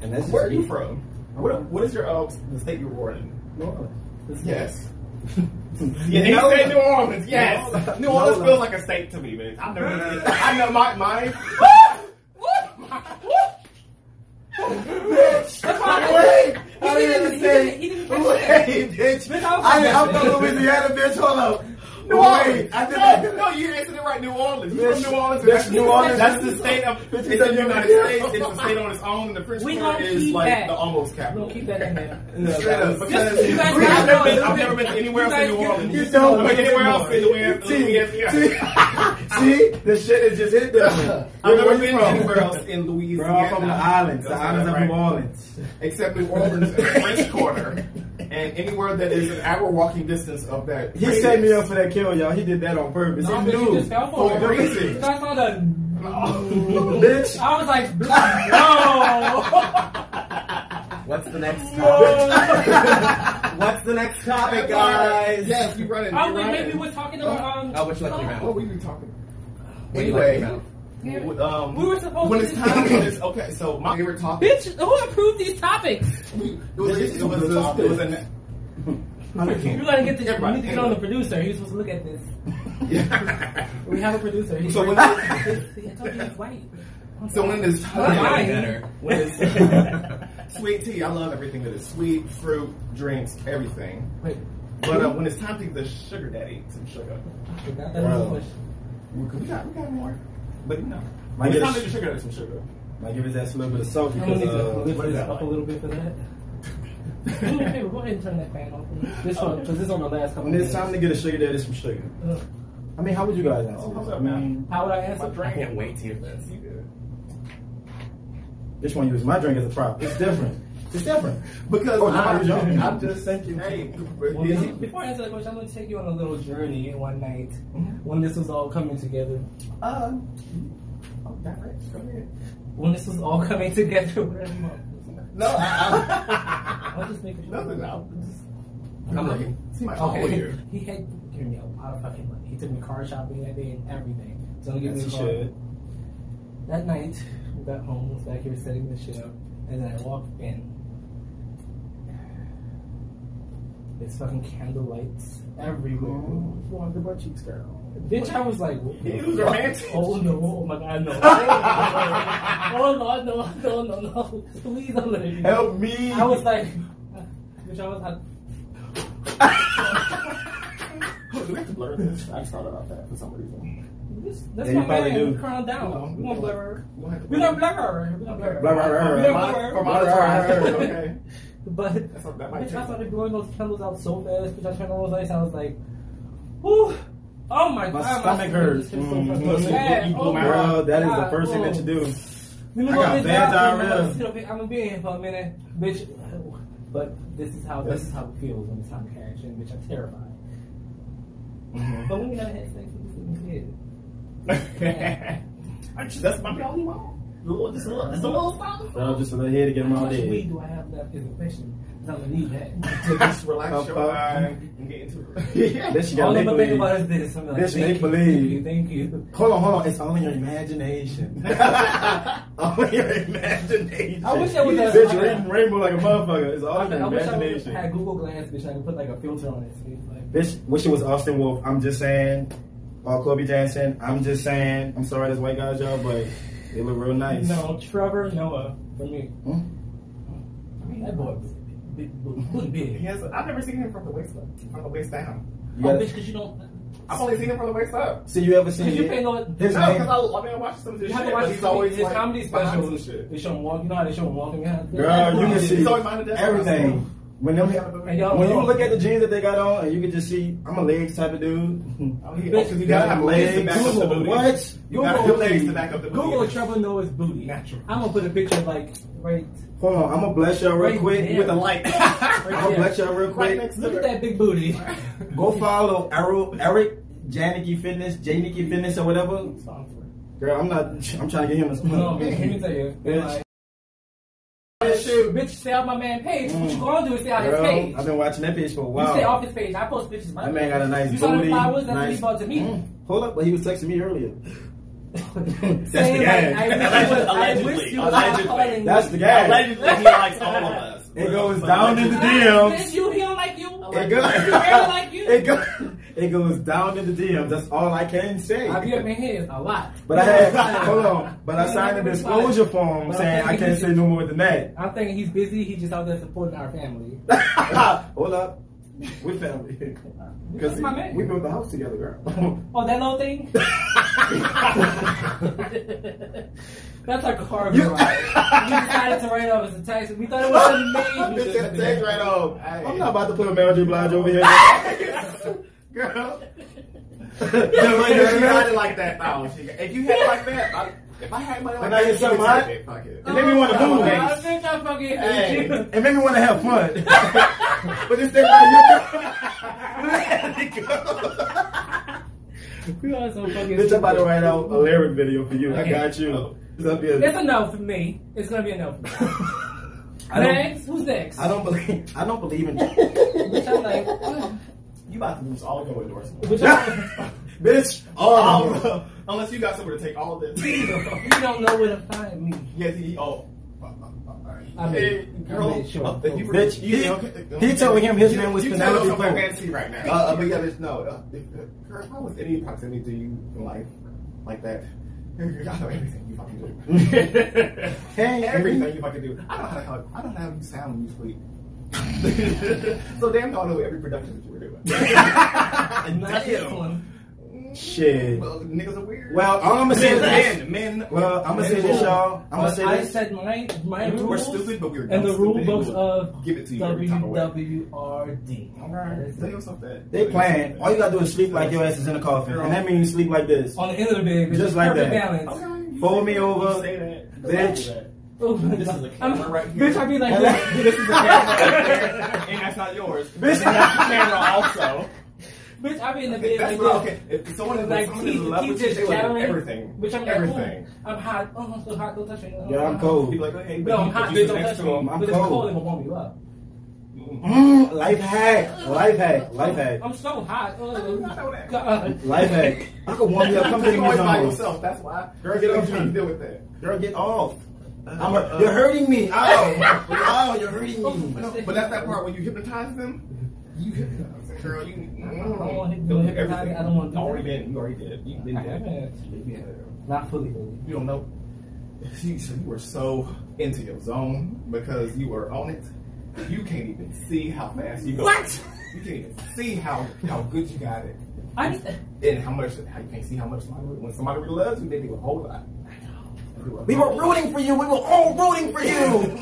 Speaker 2: And that's just
Speaker 3: Where are
Speaker 2: me.
Speaker 3: you from? What, what is your uh, the state you were born in?
Speaker 2: New Orleans.
Speaker 3: Yes.
Speaker 2: You
Speaker 3: Yeah, you
Speaker 2: know-
Speaker 3: say New Orleans, yes. New
Speaker 2: No,
Speaker 3: Orleans
Speaker 2: no.
Speaker 3: feels like a state to me, man. I never been there. I know my my.
Speaker 1: That's why I
Speaker 2: Wait, I
Speaker 1: He
Speaker 2: didn't
Speaker 1: didn't-
Speaker 2: even
Speaker 1: he
Speaker 2: say.
Speaker 1: didn't- he didn't catch
Speaker 2: Wait, bitch.
Speaker 1: Bitch, I was
Speaker 2: I didn't. I'm
Speaker 1: from
Speaker 2: from
Speaker 1: Memphis.
Speaker 2: Louisiana, bitch. Hold up.
Speaker 3: New
Speaker 2: Wait,
Speaker 3: Orleans.
Speaker 2: I
Speaker 3: No,
Speaker 2: didn't.
Speaker 3: no, you answered it right. New Orleans. You're
Speaker 2: Bitch,
Speaker 3: from New Orleans.
Speaker 2: bitch, New Orleans.
Speaker 3: That's the state of.
Speaker 2: Bitch,
Speaker 3: It's
Speaker 2: you said
Speaker 3: in the
Speaker 2: you
Speaker 3: United
Speaker 2: were-
Speaker 3: States. It's a state on its own, and the French
Speaker 1: We
Speaker 3: Quarter
Speaker 1: gonna
Speaker 3: is
Speaker 1: keep
Speaker 3: like
Speaker 1: that.
Speaker 3: the almost capital.
Speaker 1: We'll keep that in there.
Speaker 2: No,
Speaker 3: Straight up,
Speaker 2: that was-
Speaker 3: because
Speaker 1: Just- you guys
Speaker 3: I've,
Speaker 1: gotta
Speaker 3: never
Speaker 1: know a
Speaker 3: been,
Speaker 1: little
Speaker 3: I've
Speaker 1: bit.
Speaker 3: never been to anywhere
Speaker 1: You
Speaker 3: else in
Speaker 1: guys
Speaker 3: New
Speaker 1: get-
Speaker 3: Orleans.
Speaker 2: you don't
Speaker 3: I've been
Speaker 2: know
Speaker 3: anywhere else in the
Speaker 2: anymore. See, the shit is just hit different.
Speaker 3: I've never
Speaker 2: Where you
Speaker 3: been
Speaker 2: from?
Speaker 3: anywhere else in
Speaker 2: Bro,
Speaker 3: Louisiana.
Speaker 2: I'm from the islands, the
Speaker 3: That's
Speaker 2: islands of
Speaker 3: right.
Speaker 2: New Orleans.
Speaker 3: Except New Orleans and the French Quarter, and anywhere that is an hour walking distance of that.
Speaker 2: He
Speaker 3: radius.
Speaker 2: set me up for that kill, y'all. He did that on purpose.
Speaker 1: No,
Speaker 2: he
Speaker 1: but you
Speaker 2: knew.
Speaker 1: just fell for
Speaker 2: For
Speaker 1: it.
Speaker 2: the
Speaker 1: You
Speaker 2: reason.
Speaker 1: guys saw the.
Speaker 3: Oh.
Speaker 2: Bitch.
Speaker 1: I was like, no.
Speaker 5: What's the next
Speaker 3: No.
Speaker 5: topic? What's the next topic, guys?
Speaker 3: Yes, you running.
Speaker 1: Oh, wait, maybe we're talking about. Um,
Speaker 5: Oh, which lucky
Speaker 1: oh,
Speaker 5: round?
Speaker 3: What we been talking?
Speaker 5: What do you like
Speaker 3: Anyway,
Speaker 5: about?
Speaker 3: w- um,
Speaker 1: We were supposed
Speaker 3: when
Speaker 1: to-
Speaker 3: it's time for this. Okay, so my favorite topic.
Speaker 1: Bitch, who approved these topics?
Speaker 3: It was,
Speaker 2: This is
Speaker 3: it was,
Speaker 2: the
Speaker 3: a topic. It was
Speaker 2: topic.
Speaker 3: a.
Speaker 1: You're gonna get the.
Speaker 3: Yeah,
Speaker 1: You
Speaker 3: right.
Speaker 1: need to get on the producer. He was supposed to look at this.
Speaker 3: Yeah.
Speaker 1: We have a producer. He's
Speaker 3: So
Speaker 1: so
Speaker 3: when-
Speaker 1: See, I told you he's white.
Speaker 3: So when this
Speaker 1: Why?
Speaker 5: Why?
Speaker 3: topic,
Speaker 5: Better.
Speaker 3: when it's sweet tea, I love everything that is sweet, fruit, drinks, everything.
Speaker 1: Wait,
Speaker 3: But uh, when it's time to give the sugar daddy some
Speaker 1: I
Speaker 3: sugar,
Speaker 1: forgot that was a
Speaker 2: Wow.
Speaker 1: push.
Speaker 3: we we got we got more. But you know,
Speaker 2: My
Speaker 3: when it's
Speaker 2: goodness.
Speaker 3: time to give the sugar daddy some sugar.
Speaker 2: Might give his ass a little bit of salt
Speaker 1: I'm gonna
Speaker 2: because
Speaker 1: need to
Speaker 2: uh,
Speaker 1: lift
Speaker 3: what is
Speaker 1: this
Speaker 3: that
Speaker 1: up a
Speaker 3: like?
Speaker 1: little bit for that. Do me a favor, go ahead and turn that fan off. please. This one, because this is on the last couple.
Speaker 2: when it's time to get a sugar daddy some sugar.
Speaker 1: Ugh.
Speaker 2: I mean, how would you guys answer?
Speaker 3: Oh,
Speaker 2: this?
Speaker 3: what's up,
Speaker 2: I mean,
Speaker 1: Uh, How would I
Speaker 3: My
Speaker 1: answer?
Speaker 3: drink.
Speaker 5: can't wait to hear this.
Speaker 3: You good.
Speaker 2: this one use my drink as a prop. It's different. It's different.
Speaker 3: Because
Speaker 2: Oh, no,
Speaker 3: I,
Speaker 2: you're
Speaker 3: am
Speaker 2: joking.
Speaker 3: just thinking, hey,
Speaker 1: Well, before- before I answer that question, I'm going to take you on a little journey one night
Speaker 3: Mhm.
Speaker 1: when this was all coming together.
Speaker 3: uh, oh, direct, go ahead.
Speaker 1: When this was all coming together, where am I?
Speaker 3: No, I,
Speaker 1: I'll just make
Speaker 3: I,
Speaker 1: it.
Speaker 3: nothing. I'm just.
Speaker 5: I'm looking.
Speaker 3: See my
Speaker 1: Okay.
Speaker 3: okay. here.
Speaker 1: He had given me a lot of fucking money. He took me car shopping that day and everything. So he gave me
Speaker 2: Yes,
Speaker 1: a
Speaker 2: you
Speaker 1: car.
Speaker 2: should.
Speaker 1: That night, we got home, was back here setting the shit up, and then I walked in. There's fucking candle lights everywhere.
Speaker 3: One of the butt cheeks, girl.
Speaker 1: Bitch, I was like, what the
Speaker 3: It was
Speaker 1: fuck?
Speaker 3: romantic.
Speaker 1: Oh no, oh my god, no. oh no, no, no, no, no. Please don't let it be.
Speaker 3: Help me.
Speaker 1: I was like, bitch, I was like,
Speaker 3: Oh, do we have to blur this? I started off that for some reason.
Speaker 1: this, that's
Speaker 2: Yeah, you
Speaker 1: my
Speaker 2: probably
Speaker 1: man,
Speaker 2: do.
Speaker 1: calm down. We want blur her.
Speaker 3: We'll have to
Speaker 1: We don't blur her. We don't blur her.
Speaker 2: Blah, blah, blah,
Speaker 1: We
Speaker 2: blah.
Speaker 1: don't
Speaker 3: Mon-
Speaker 1: blur her.
Speaker 3: for monitoring, okay.
Speaker 1: But
Speaker 3: That's not- that might
Speaker 1: bitch,
Speaker 3: take-
Speaker 1: I started blowing those candles out so fast. Bitch, I turned on those lights. I was like, "Whew! Oh my Mm-hmm. god,
Speaker 2: stomach hurts.
Speaker 1: just feels so
Speaker 2: Mm,
Speaker 1: fucking
Speaker 2: pussy,
Speaker 1: bad.
Speaker 3: you blew
Speaker 1: Oh
Speaker 3: my
Speaker 1: my
Speaker 2: Bro, that is the
Speaker 1: God,
Speaker 2: first thing that you
Speaker 1: oh.
Speaker 2: do.
Speaker 1: You know
Speaker 2: I
Speaker 1: what,
Speaker 2: got
Speaker 1: bitch,
Speaker 2: bad
Speaker 1: I'll be-
Speaker 2: diarrhea.
Speaker 1: sit up here- I'm gonna be in here for a minute, bitch. But this is how this is how it feels when it's time to catch, and bitch, I'm terrified.
Speaker 2: Mm-hmm.
Speaker 1: But when we gotta have sex, we just in the bed.
Speaker 3: I just, that's my only one. Little- Just a little, just a little something.
Speaker 2: Bro, just a little head to get him
Speaker 1: How
Speaker 2: all
Speaker 1: much weed
Speaker 2: dead.
Speaker 1: do I have left is the question. 'cause I'm gonna need that.
Speaker 3: Just relax
Speaker 2: Pop,
Speaker 3: your
Speaker 2: pop.
Speaker 3: mind and get into
Speaker 2: Then
Speaker 3: it.
Speaker 2: she
Speaker 1: All
Speaker 2: got
Speaker 1: I'm gonna think
Speaker 2: make
Speaker 1: about is this. I'm like,
Speaker 2: This
Speaker 1: thank you,
Speaker 2: make-believe.
Speaker 1: Thank you. Thank you.
Speaker 2: Hold on, hold on. It's only your imagination. only your
Speaker 3: Oh,
Speaker 2: imagination.
Speaker 1: I wish I would've-
Speaker 2: Bitch, reading rainbow like a motherfucker. It's all
Speaker 1: I,
Speaker 2: in
Speaker 1: I
Speaker 2: your
Speaker 1: wish I would've
Speaker 2: imagination.
Speaker 1: had Google Glass, bitch. I could put like a filter on it. See? Like,
Speaker 2: Bitch, wish it was Austin Wolf. I'm just saying, or Kobe Johnson. I'm just saying. I'm sorry, this white guy's y'all, but they look real nice.
Speaker 1: No, Trevor Noah for me.
Speaker 2: Hmm?
Speaker 1: I mean, that boy was big, big, big,
Speaker 3: He
Speaker 1: big.
Speaker 3: has, I've never seen him from the waist up, from the waist down.
Speaker 2: You
Speaker 1: Oh,
Speaker 2: gotta-
Speaker 1: bitch, because you don't.
Speaker 3: I've only seen him from the waist up.
Speaker 2: See, you ever seen?
Speaker 1: Because you
Speaker 2: it?
Speaker 1: pay no.
Speaker 2: His
Speaker 3: No,
Speaker 2: name-
Speaker 3: because I, I mean, I watched some of his
Speaker 1: You have
Speaker 3: shit,
Speaker 1: to
Speaker 3: but
Speaker 1: watch
Speaker 3: he's always
Speaker 1: his
Speaker 3: like,
Speaker 1: comedy
Speaker 3: behind some
Speaker 1: specials.
Speaker 3: shit.
Speaker 1: They show him walk. You know how they show him walking behind.
Speaker 2: Girl, you can
Speaker 3: He's
Speaker 2: see
Speaker 3: always behind the desk.
Speaker 2: everything. When them,
Speaker 1: And y'all-
Speaker 2: when you look at the jeans that they got on, and you can just see, I'm a legs type of dude.
Speaker 3: Oh, he,
Speaker 1: Bitch,
Speaker 3: oh, 'cause
Speaker 1: you
Speaker 3: you gotta
Speaker 2: got
Speaker 3: have legs to back up the
Speaker 2: Google,
Speaker 3: booty.
Speaker 2: what?
Speaker 3: You gotta have
Speaker 1: Google-
Speaker 3: legs to back up the booty.
Speaker 1: Google Trevor Noah's booty.
Speaker 3: Natural.
Speaker 1: I'm gonna put a picture of, like right.
Speaker 2: Hold on, I'm gonna bless y'all real
Speaker 1: Right
Speaker 2: quick
Speaker 1: there.
Speaker 2: with a light.
Speaker 3: Like, right
Speaker 2: I'm gonna
Speaker 1: there.
Speaker 2: bless y'all real quick.
Speaker 3: next to
Speaker 1: Look at
Speaker 3: her.
Speaker 1: that big booty.
Speaker 2: Go follow Errol, Eric Janicki Fitness, Janicki Fitness, or whatever. Girl, I'm not. I'm trying to get him a sponsor.
Speaker 1: No, bitch, let me tell you.
Speaker 2: Bitch.
Speaker 1: Like, bitch, stay off my man page. What you gonna do is stay off his
Speaker 2: Mm. Girl,
Speaker 1: page.
Speaker 2: I've been watching that page for a
Speaker 1: You stay
Speaker 2: while.
Speaker 1: off his page. I post pictures. of my
Speaker 2: That man got a nice
Speaker 1: You saw the
Speaker 2: booty.
Speaker 1: flowers. That's what he
Speaker 2: nice.
Speaker 1: bought to me.
Speaker 2: Mm. Hold up, but he was texting me earlier.
Speaker 1: That's
Speaker 2: the gag.
Speaker 1: I wish you was, I wish you was
Speaker 3: Allegedly.
Speaker 1: calling
Speaker 2: That's
Speaker 1: me.
Speaker 2: the guy.
Speaker 3: Allegedly, he likes all of us.
Speaker 2: It goes down in the
Speaker 1: Bitch,
Speaker 2: DMs.
Speaker 1: you, he don't like you.
Speaker 2: It
Speaker 1: He don't
Speaker 2: goes.
Speaker 1: like you.
Speaker 2: It goes. It goes down in the DMs. That's all I can say.
Speaker 1: I be up in his a lot.
Speaker 2: But I had hold on. But I signed a disclosure form
Speaker 1: But I
Speaker 2: saying
Speaker 1: think
Speaker 2: I
Speaker 1: he
Speaker 2: can't
Speaker 1: should-
Speaker 2: say no more than that.
Speaker 1: I'm thinking he's busy. He just out there supporting our family.
Speaker 2: hold up, we family.
Speaker 1: That's my man.
Speaker 2: we built the house together, girl.
Speaker 1: Oh, that little thing. That's our car garage.
Speaker 2: You-
Speaker 1: we decided to write off as a taxi. We thought it was
Speaker 2: Bitch, that thing
Speaker 1: amazing.
Speaker 2: right off.
Speaker 3: Hey.
Speaker 2: I'm not about to put a Mary J. Blige over here, girl.
Speaker 3: Yeah, but if you had it
Speaker 2: Girl.
Speaker 3: like that, though. she- If you had it like that, I, if I had money like
Speaker 2: Now
Speaker 3: that,
Speaker 2: you're
Speaker 3: she would
Speaker 2: somebody-
Speaker 3: take it, fuck it.
Speaker 2: It made me want to
Speaker 1: Oh,
Speaker 2: move.
Speaker 1: I think I fucking hate
Speaker 2: Hey,
Speaker 1: you.
Speaker 2: it made me want to have fun. but it's that right here.
Speaker 1: You are so fucking
Speaker 2: Bitch, I'm about to
Speaker 1: stupid.
Speaker 2: write out a lyric video for you. I
Speaker 1: Okay.
Speaker 2: got you. It's up
Speaker 1: It's
Speaker 2: here.
Speaker 1: a no for me. It's gonna be a no. For me.
Speaker 2: don't-
Speaker 1: Next, who's next?
Speaker 2: I don't believe. I don't believe in.
Speaker 1: Which I'm like, uh,
Speaker 3: You about to lose all your endorsement.
Speaker 1: which i
Speaker 2: Bitch, um,
Speaker 3: All
Speaker 2: all
Speaker 3: of
Speaker 2: of them.
Speaker 3: them. Unless you got somewhere to take all of this.
Speaker 1: you don't know where to find me.
Speaker 3: yes, he. Oh.
Speaker 1: I mean,
Speaker 3: Hey,
Speaker 1: I
Speaker 3: girl,
Speaker 1: mean, sure.
Speaker 3: uh, if you were-
Speaker 2: Bitch,
Speaker 3: you-
Speaker 2: he-
Speaker 3: okay,
Speaker 2: he told him his
Speaker 3: you-
Speaker 2: name was
Speaker 3: you tell
Speaker 2: Penelope
Speaker 3: us about
Speaker 2: Cruz.
Speaker 3: fantasy right now. Uh, but yeah, there's no. Uh, if, if- girl, how was any proximity to you in life like that? I know everything you fucking do.
Speaker 2: Hey.
Speaker 3: everything you fucking do. I don't know how. I don't know how you sound when you sleep. so damn, near I know every production that you were doing.
Speaker 1: Not this one.
Speaker 2: Shit.
Speaker 3: Well, niggas are weird.
Speaker 2: Well, all I'm gonna say is
Speaker 3: men,
Speaker 2: this.
Speaker 3: men, men.
Speaker 2: Well, I'm gonna say
Speaker 3: men
Speaker 2: this,
Speaker 3: rule.
Speaker 2: y'all. I'm gonna
Speaker 1: But
Speaker 2: say
Speaker 1: I
Speaker 2: this.
Speaker 1: said my my
Speaker 3: We
Speaker 1: rules
Speaker 3: We're stupid, but we were
Speaker 1: and
Speaker 3: dumb
Speaker 1: the rule
Speaker 3: stupid.
Speaker 1: books
Speaker 3: We'll
Speaker 1: of
Speaker 3: give it to you. every time I win.
Speaker 1: WWRD.
Speaker 3: Alright, tell yourself that.
Speaker 2: They playing. All you gotta do is sleep like your ass is in a coffin, and that means sleep like this.
Speaker 1: On the end of the bed,
Speaker 2: Just like
Speaker 1: perfect
Speaker 2: that.
Speaker 1: Balance.
Speaker 3: Okay.
Speaker 2: Fold me over,
Speaker 3: You say that.
Speaker 2: bitch.
Speaker 1: Ooh,
Speaker 3: This is a camera
Speaker 1: Oh I'm-
Speaker 3: right here.
Speaker 1: Bitch, I be like, this, this is a
Speaker 3: and that's not yours. Bitch, that's the camera also.
Speaker 1: Bitch, I be in the
Speaker 3: Okay,
Speaker 1: bed like
Speaker 3: that's what,
Speaker 1: this.
Speaker 3: okay. If someone is like,
Speaker 1: Like
Speaker 3: someone is in
Speaker 1: teeth,
Speaker 3: love
Speaker 1: teeth
Speaker 3: with you,
Speaker 1: just
Speaker 3: they will do
Speaker 1: chattering,
Speaker 3: everything.
Speaker 1: Which I'm like,
Speaker 3: everything.
Speaker 1: ooh, I'm hot. Oh, I'm so hot. Don't touch me. Oh,
Speaker 2: Yeah, I'm
Speaker 3: You'd
Speaker 2: cold.
Speaker 3: be like, okay, but
Speaker 1: No,
Speaker 3: you,
Speaker 1: I'm
Speaker 3: but
Speaker 1: hot.
Speaker 3: you
Speaker 1: Bitch,
Speaker 3: sit
Speaker 1: don't
Speaker 3: next
Speaker 1: touch
Speaker 3: to
Speaker 1: me.
Speaker 3: him.
Speaker 2: I'm
Speaker 1: But it's cold
Speaker 2: cold.
Speaker 1: and will warm you up.
Speaker 3: Mm.
Speaker 2: Mm, life hack. Life hack. Life hack.
Speaker 1: I'm so hot.
Speaker 3: I know that.
Speaker 1: Ugh. God.
Speaker 2: Life hack. I could warm you up. Come
Speaker 3: Because
Speaker 2: take
Speaker 3: you
Speaker 2: me
Speaker 3: always by
Speaker 2: some.
Speaker 3: yourself. That's why.
Speaker 2: Girl, get
Speaker 3: get
Speaker 2: up
Speaker 3: up
Speaker 2: here.
Speaker 3: to deal with that.
Speaker 2: Girl, get off. I'm
Speaker 3: Uh,
Speaker 2: a, you're hurting me. Ow.
Speaker 3: Ow, you're
Speaker 2: hurting
Speaker 1: me.
Speaker 3: No, but that's that part when you hypnotize them. You hypnotize them. Girl, you.
Speaker 1: don't wanna hypnotize-
Speaker 3: Don't do everything.
Speaker 1: I don't wanna do
Speaker 3: You already
Speaker 1: that.
Speaker 3: been. You already did. You been
Speaker 1: I
Speaker 3: dead.
Speaker 1: haven't.
Speaker 3: Yeah.
Speaker 1: Not fully. fully.
Speaker 3: You don't know. You, so you were so into your zone because you were on it. You can't even see how fast you go.
Speaker 1: What?
Speaker 3: You can't even see how how good you got it.
Speaker 1: I just.
Speaker 3: And how much? How you can't see how much? Somebody, when somebody really loves you, they "Oh, do a whole lot.
Speaker 2: We were rooting for you. We were all rooting for you.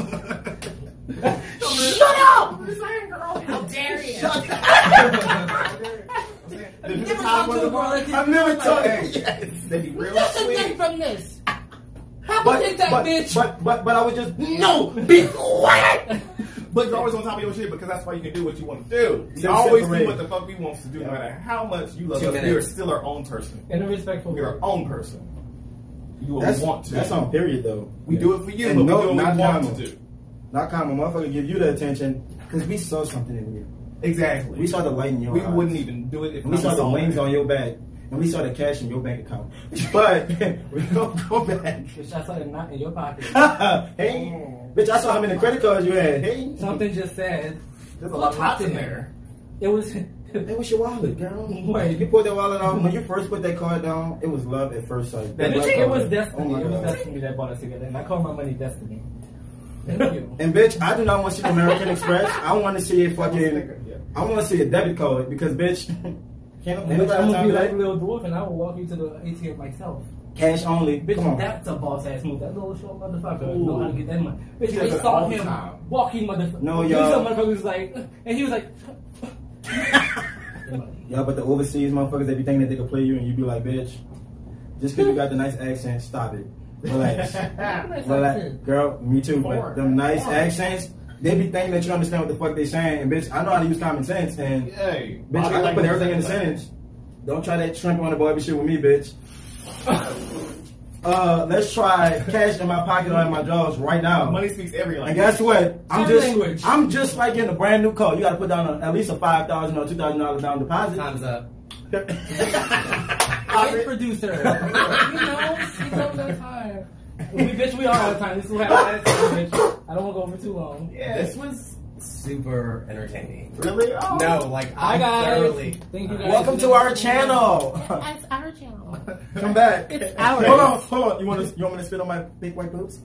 Speaker 3: Shut up! I'm saying, girl.
Speaker 4: How dare you?
Speaker 3: The
Speaker 1: Never
Speaker 3: time
Speaker 1: talk to
Speaker 3: was
Speaker 1: a
Speaker 3: a
Speaker 1: girl like this.
Speaker 2: I've never
Speaker 3: bar-
Speaker 2: talked.
Speaker 3: Hey, They be real
Speaker 4: What's the thing
Speaker 3: sweet.
Speaker 4: from this? How
Speaker 2: But,
Speaker 4: about you that
Speaker 2: but,
Speaker 4: bitch?
Speaker 2: but but but I was just no. Be quiet.
Speaker 3: But you're always on top of your shit because that's why you can do what you want to do. We
Speaker 2: Two
Speaker 3: always
Speaker 2: separate.
Speaker 3: do what the fuck we want to do, no matter how much you love
Speaker 5: Two
Speaker 3: us. We are
Speaker 5: minutes.
Speaker 3: still our own person.
Speaker 1: In a respectful
Speaker 3: We're
Speaker 1: way.
Speaker 3: our own person. You will
Speaker 2: That's,
Speaker 3: want to.
Speaker 2: that's on period though.
Speaker 3: We do it for you,
Speaker 2: And
Speaker 3: but
Speaker 2: no,
Speaker 3: we do what
Speaker 2: not
Speaker 3: we want
Speaker 2: common.
Speaker 3: to do.
Speaker 2: Not common. Motherfucker, give you the attention because we saw something in you.
Speaker 3: Exactly.
Speaker 2: We saw the light in your
Speaker 3: We
Speaker 2: eyes.
Speaker 3: wouldn't even do it if
Speaker 2: And we
Speaker 3: not
Speaker 2: saw
Speaker 3: for
Speaker 2: the
Speaker 3: someone.
Speaker 2: wings on your back, and we saw the cash in your bank account. But we don't go back.
Speaker 1: Which I saw it not in your pocket.
Speaker 2: hey, bitch, I saw how many credit cards you had. Hey,
Speaker 1: Something just said.
Speaker 3: There's a lot of
Speaker 1: Popped
Speaker 3: pots in there.
Speaker 1: It was.
Speaker 2: that was your wallet, girl.
Speaker 1: Wait.
Speaker 2: You pulled that wallet out when you first put that card down. It was love at first sight.
Speaker 1: It
Speaker 2: That
Speaker 1: was,
Speaker 2: black
Speaker 1: it was
Speaker 2: card.
Speaker 1: destiny.
Speaker 2: Oh my
Speaker 1: it was
Speaker 2: God.
Speaker 1: destiny that brought us together, and I call my money destiny. Thank you.
Speaker 2: And bitch, I do not want to see American Express. I want to see a fucking.
Speaker 3: Yeah.
Speaker 2: I want to see a debit card because bitch, can't
Speaker 1: And
Speaker 2: ain't
Speaker 1: bitch, I'm gonna be
Speaker 2: nobody have
Speaker 1: like
Speaker 2: time for that.
Speaker 1: Lil Dwarf, and I will walk you to the ATM myself.
Speaker 2: Cash only.
Speaker 1: Bitch,
Speaker 2: Come on.
Speaker 1: that's a boss ass move. That little short motherfucker
Speaker 3: Ooh.
Speaker 1: know how to get that money. Bitch,
Speaker 3: He
Speaker 1: I
Speaker 3: does it
Speaker 1: saw
Speaker 3: all the
Speaker 1: him
Speaker 3: time.
Speaker 1: walking motherfucker.
Speaker 2: No,
Speaker 1: He
Speaker 2: y'all.
Speaker 1: saw motherfucker who's like, and he was like,
Speaker 2: Yeah, but the overseas motherfuckers, they be thinking that they can play you, and you be like, bitch, just because you got the nice accent, stop it. Relax. Relax. Girl, me too. But them nice accents, they be thinking that you understand what the fuck they saying. And bitch, I know how to use common sense, and bitch,
Speaker 3: Hey,
Speaker 2: I can put everything in a sentence. Don't try that shrimp on the Barbie shit with me, bitch. Uh, let's try cash in my pocket or in my drawers right now.
Speaker 3: Money speaks every
Speaker 2: And
Speaker 3: language.
Speaker 2: guess what? I'm
Speaker 1: Sign
Speaker 2: just
Speaker 1: language.
Speaker 2: I'm just like in a brand new car. You got to put down a, at least a five thousand or two thousand dollar down deposit.
Speaker 5: Time's up.
Speaker 1: "Hey, producer, you know, she knows our time. We bitch, we are all the time. This is what happens. bitch. I don't want to go over too long.
Speaker 3: Yes.
Speaker 5: This was super entertaining.
Speaker 3: Really? Oh.
Speaker 5: No, like I
Speaker 1: Hi guys.
Speaker 5: thoroughly.
Speaker 1: Thank you guys.
Speaker 2: Welcome to our channel.
Speaker 4: That's our channel.
Speaker 2: Come back.
Speaker 4: It's ours.
Speaker 2: Hold on, hold on. You want to you want me to spit on my big white boobs?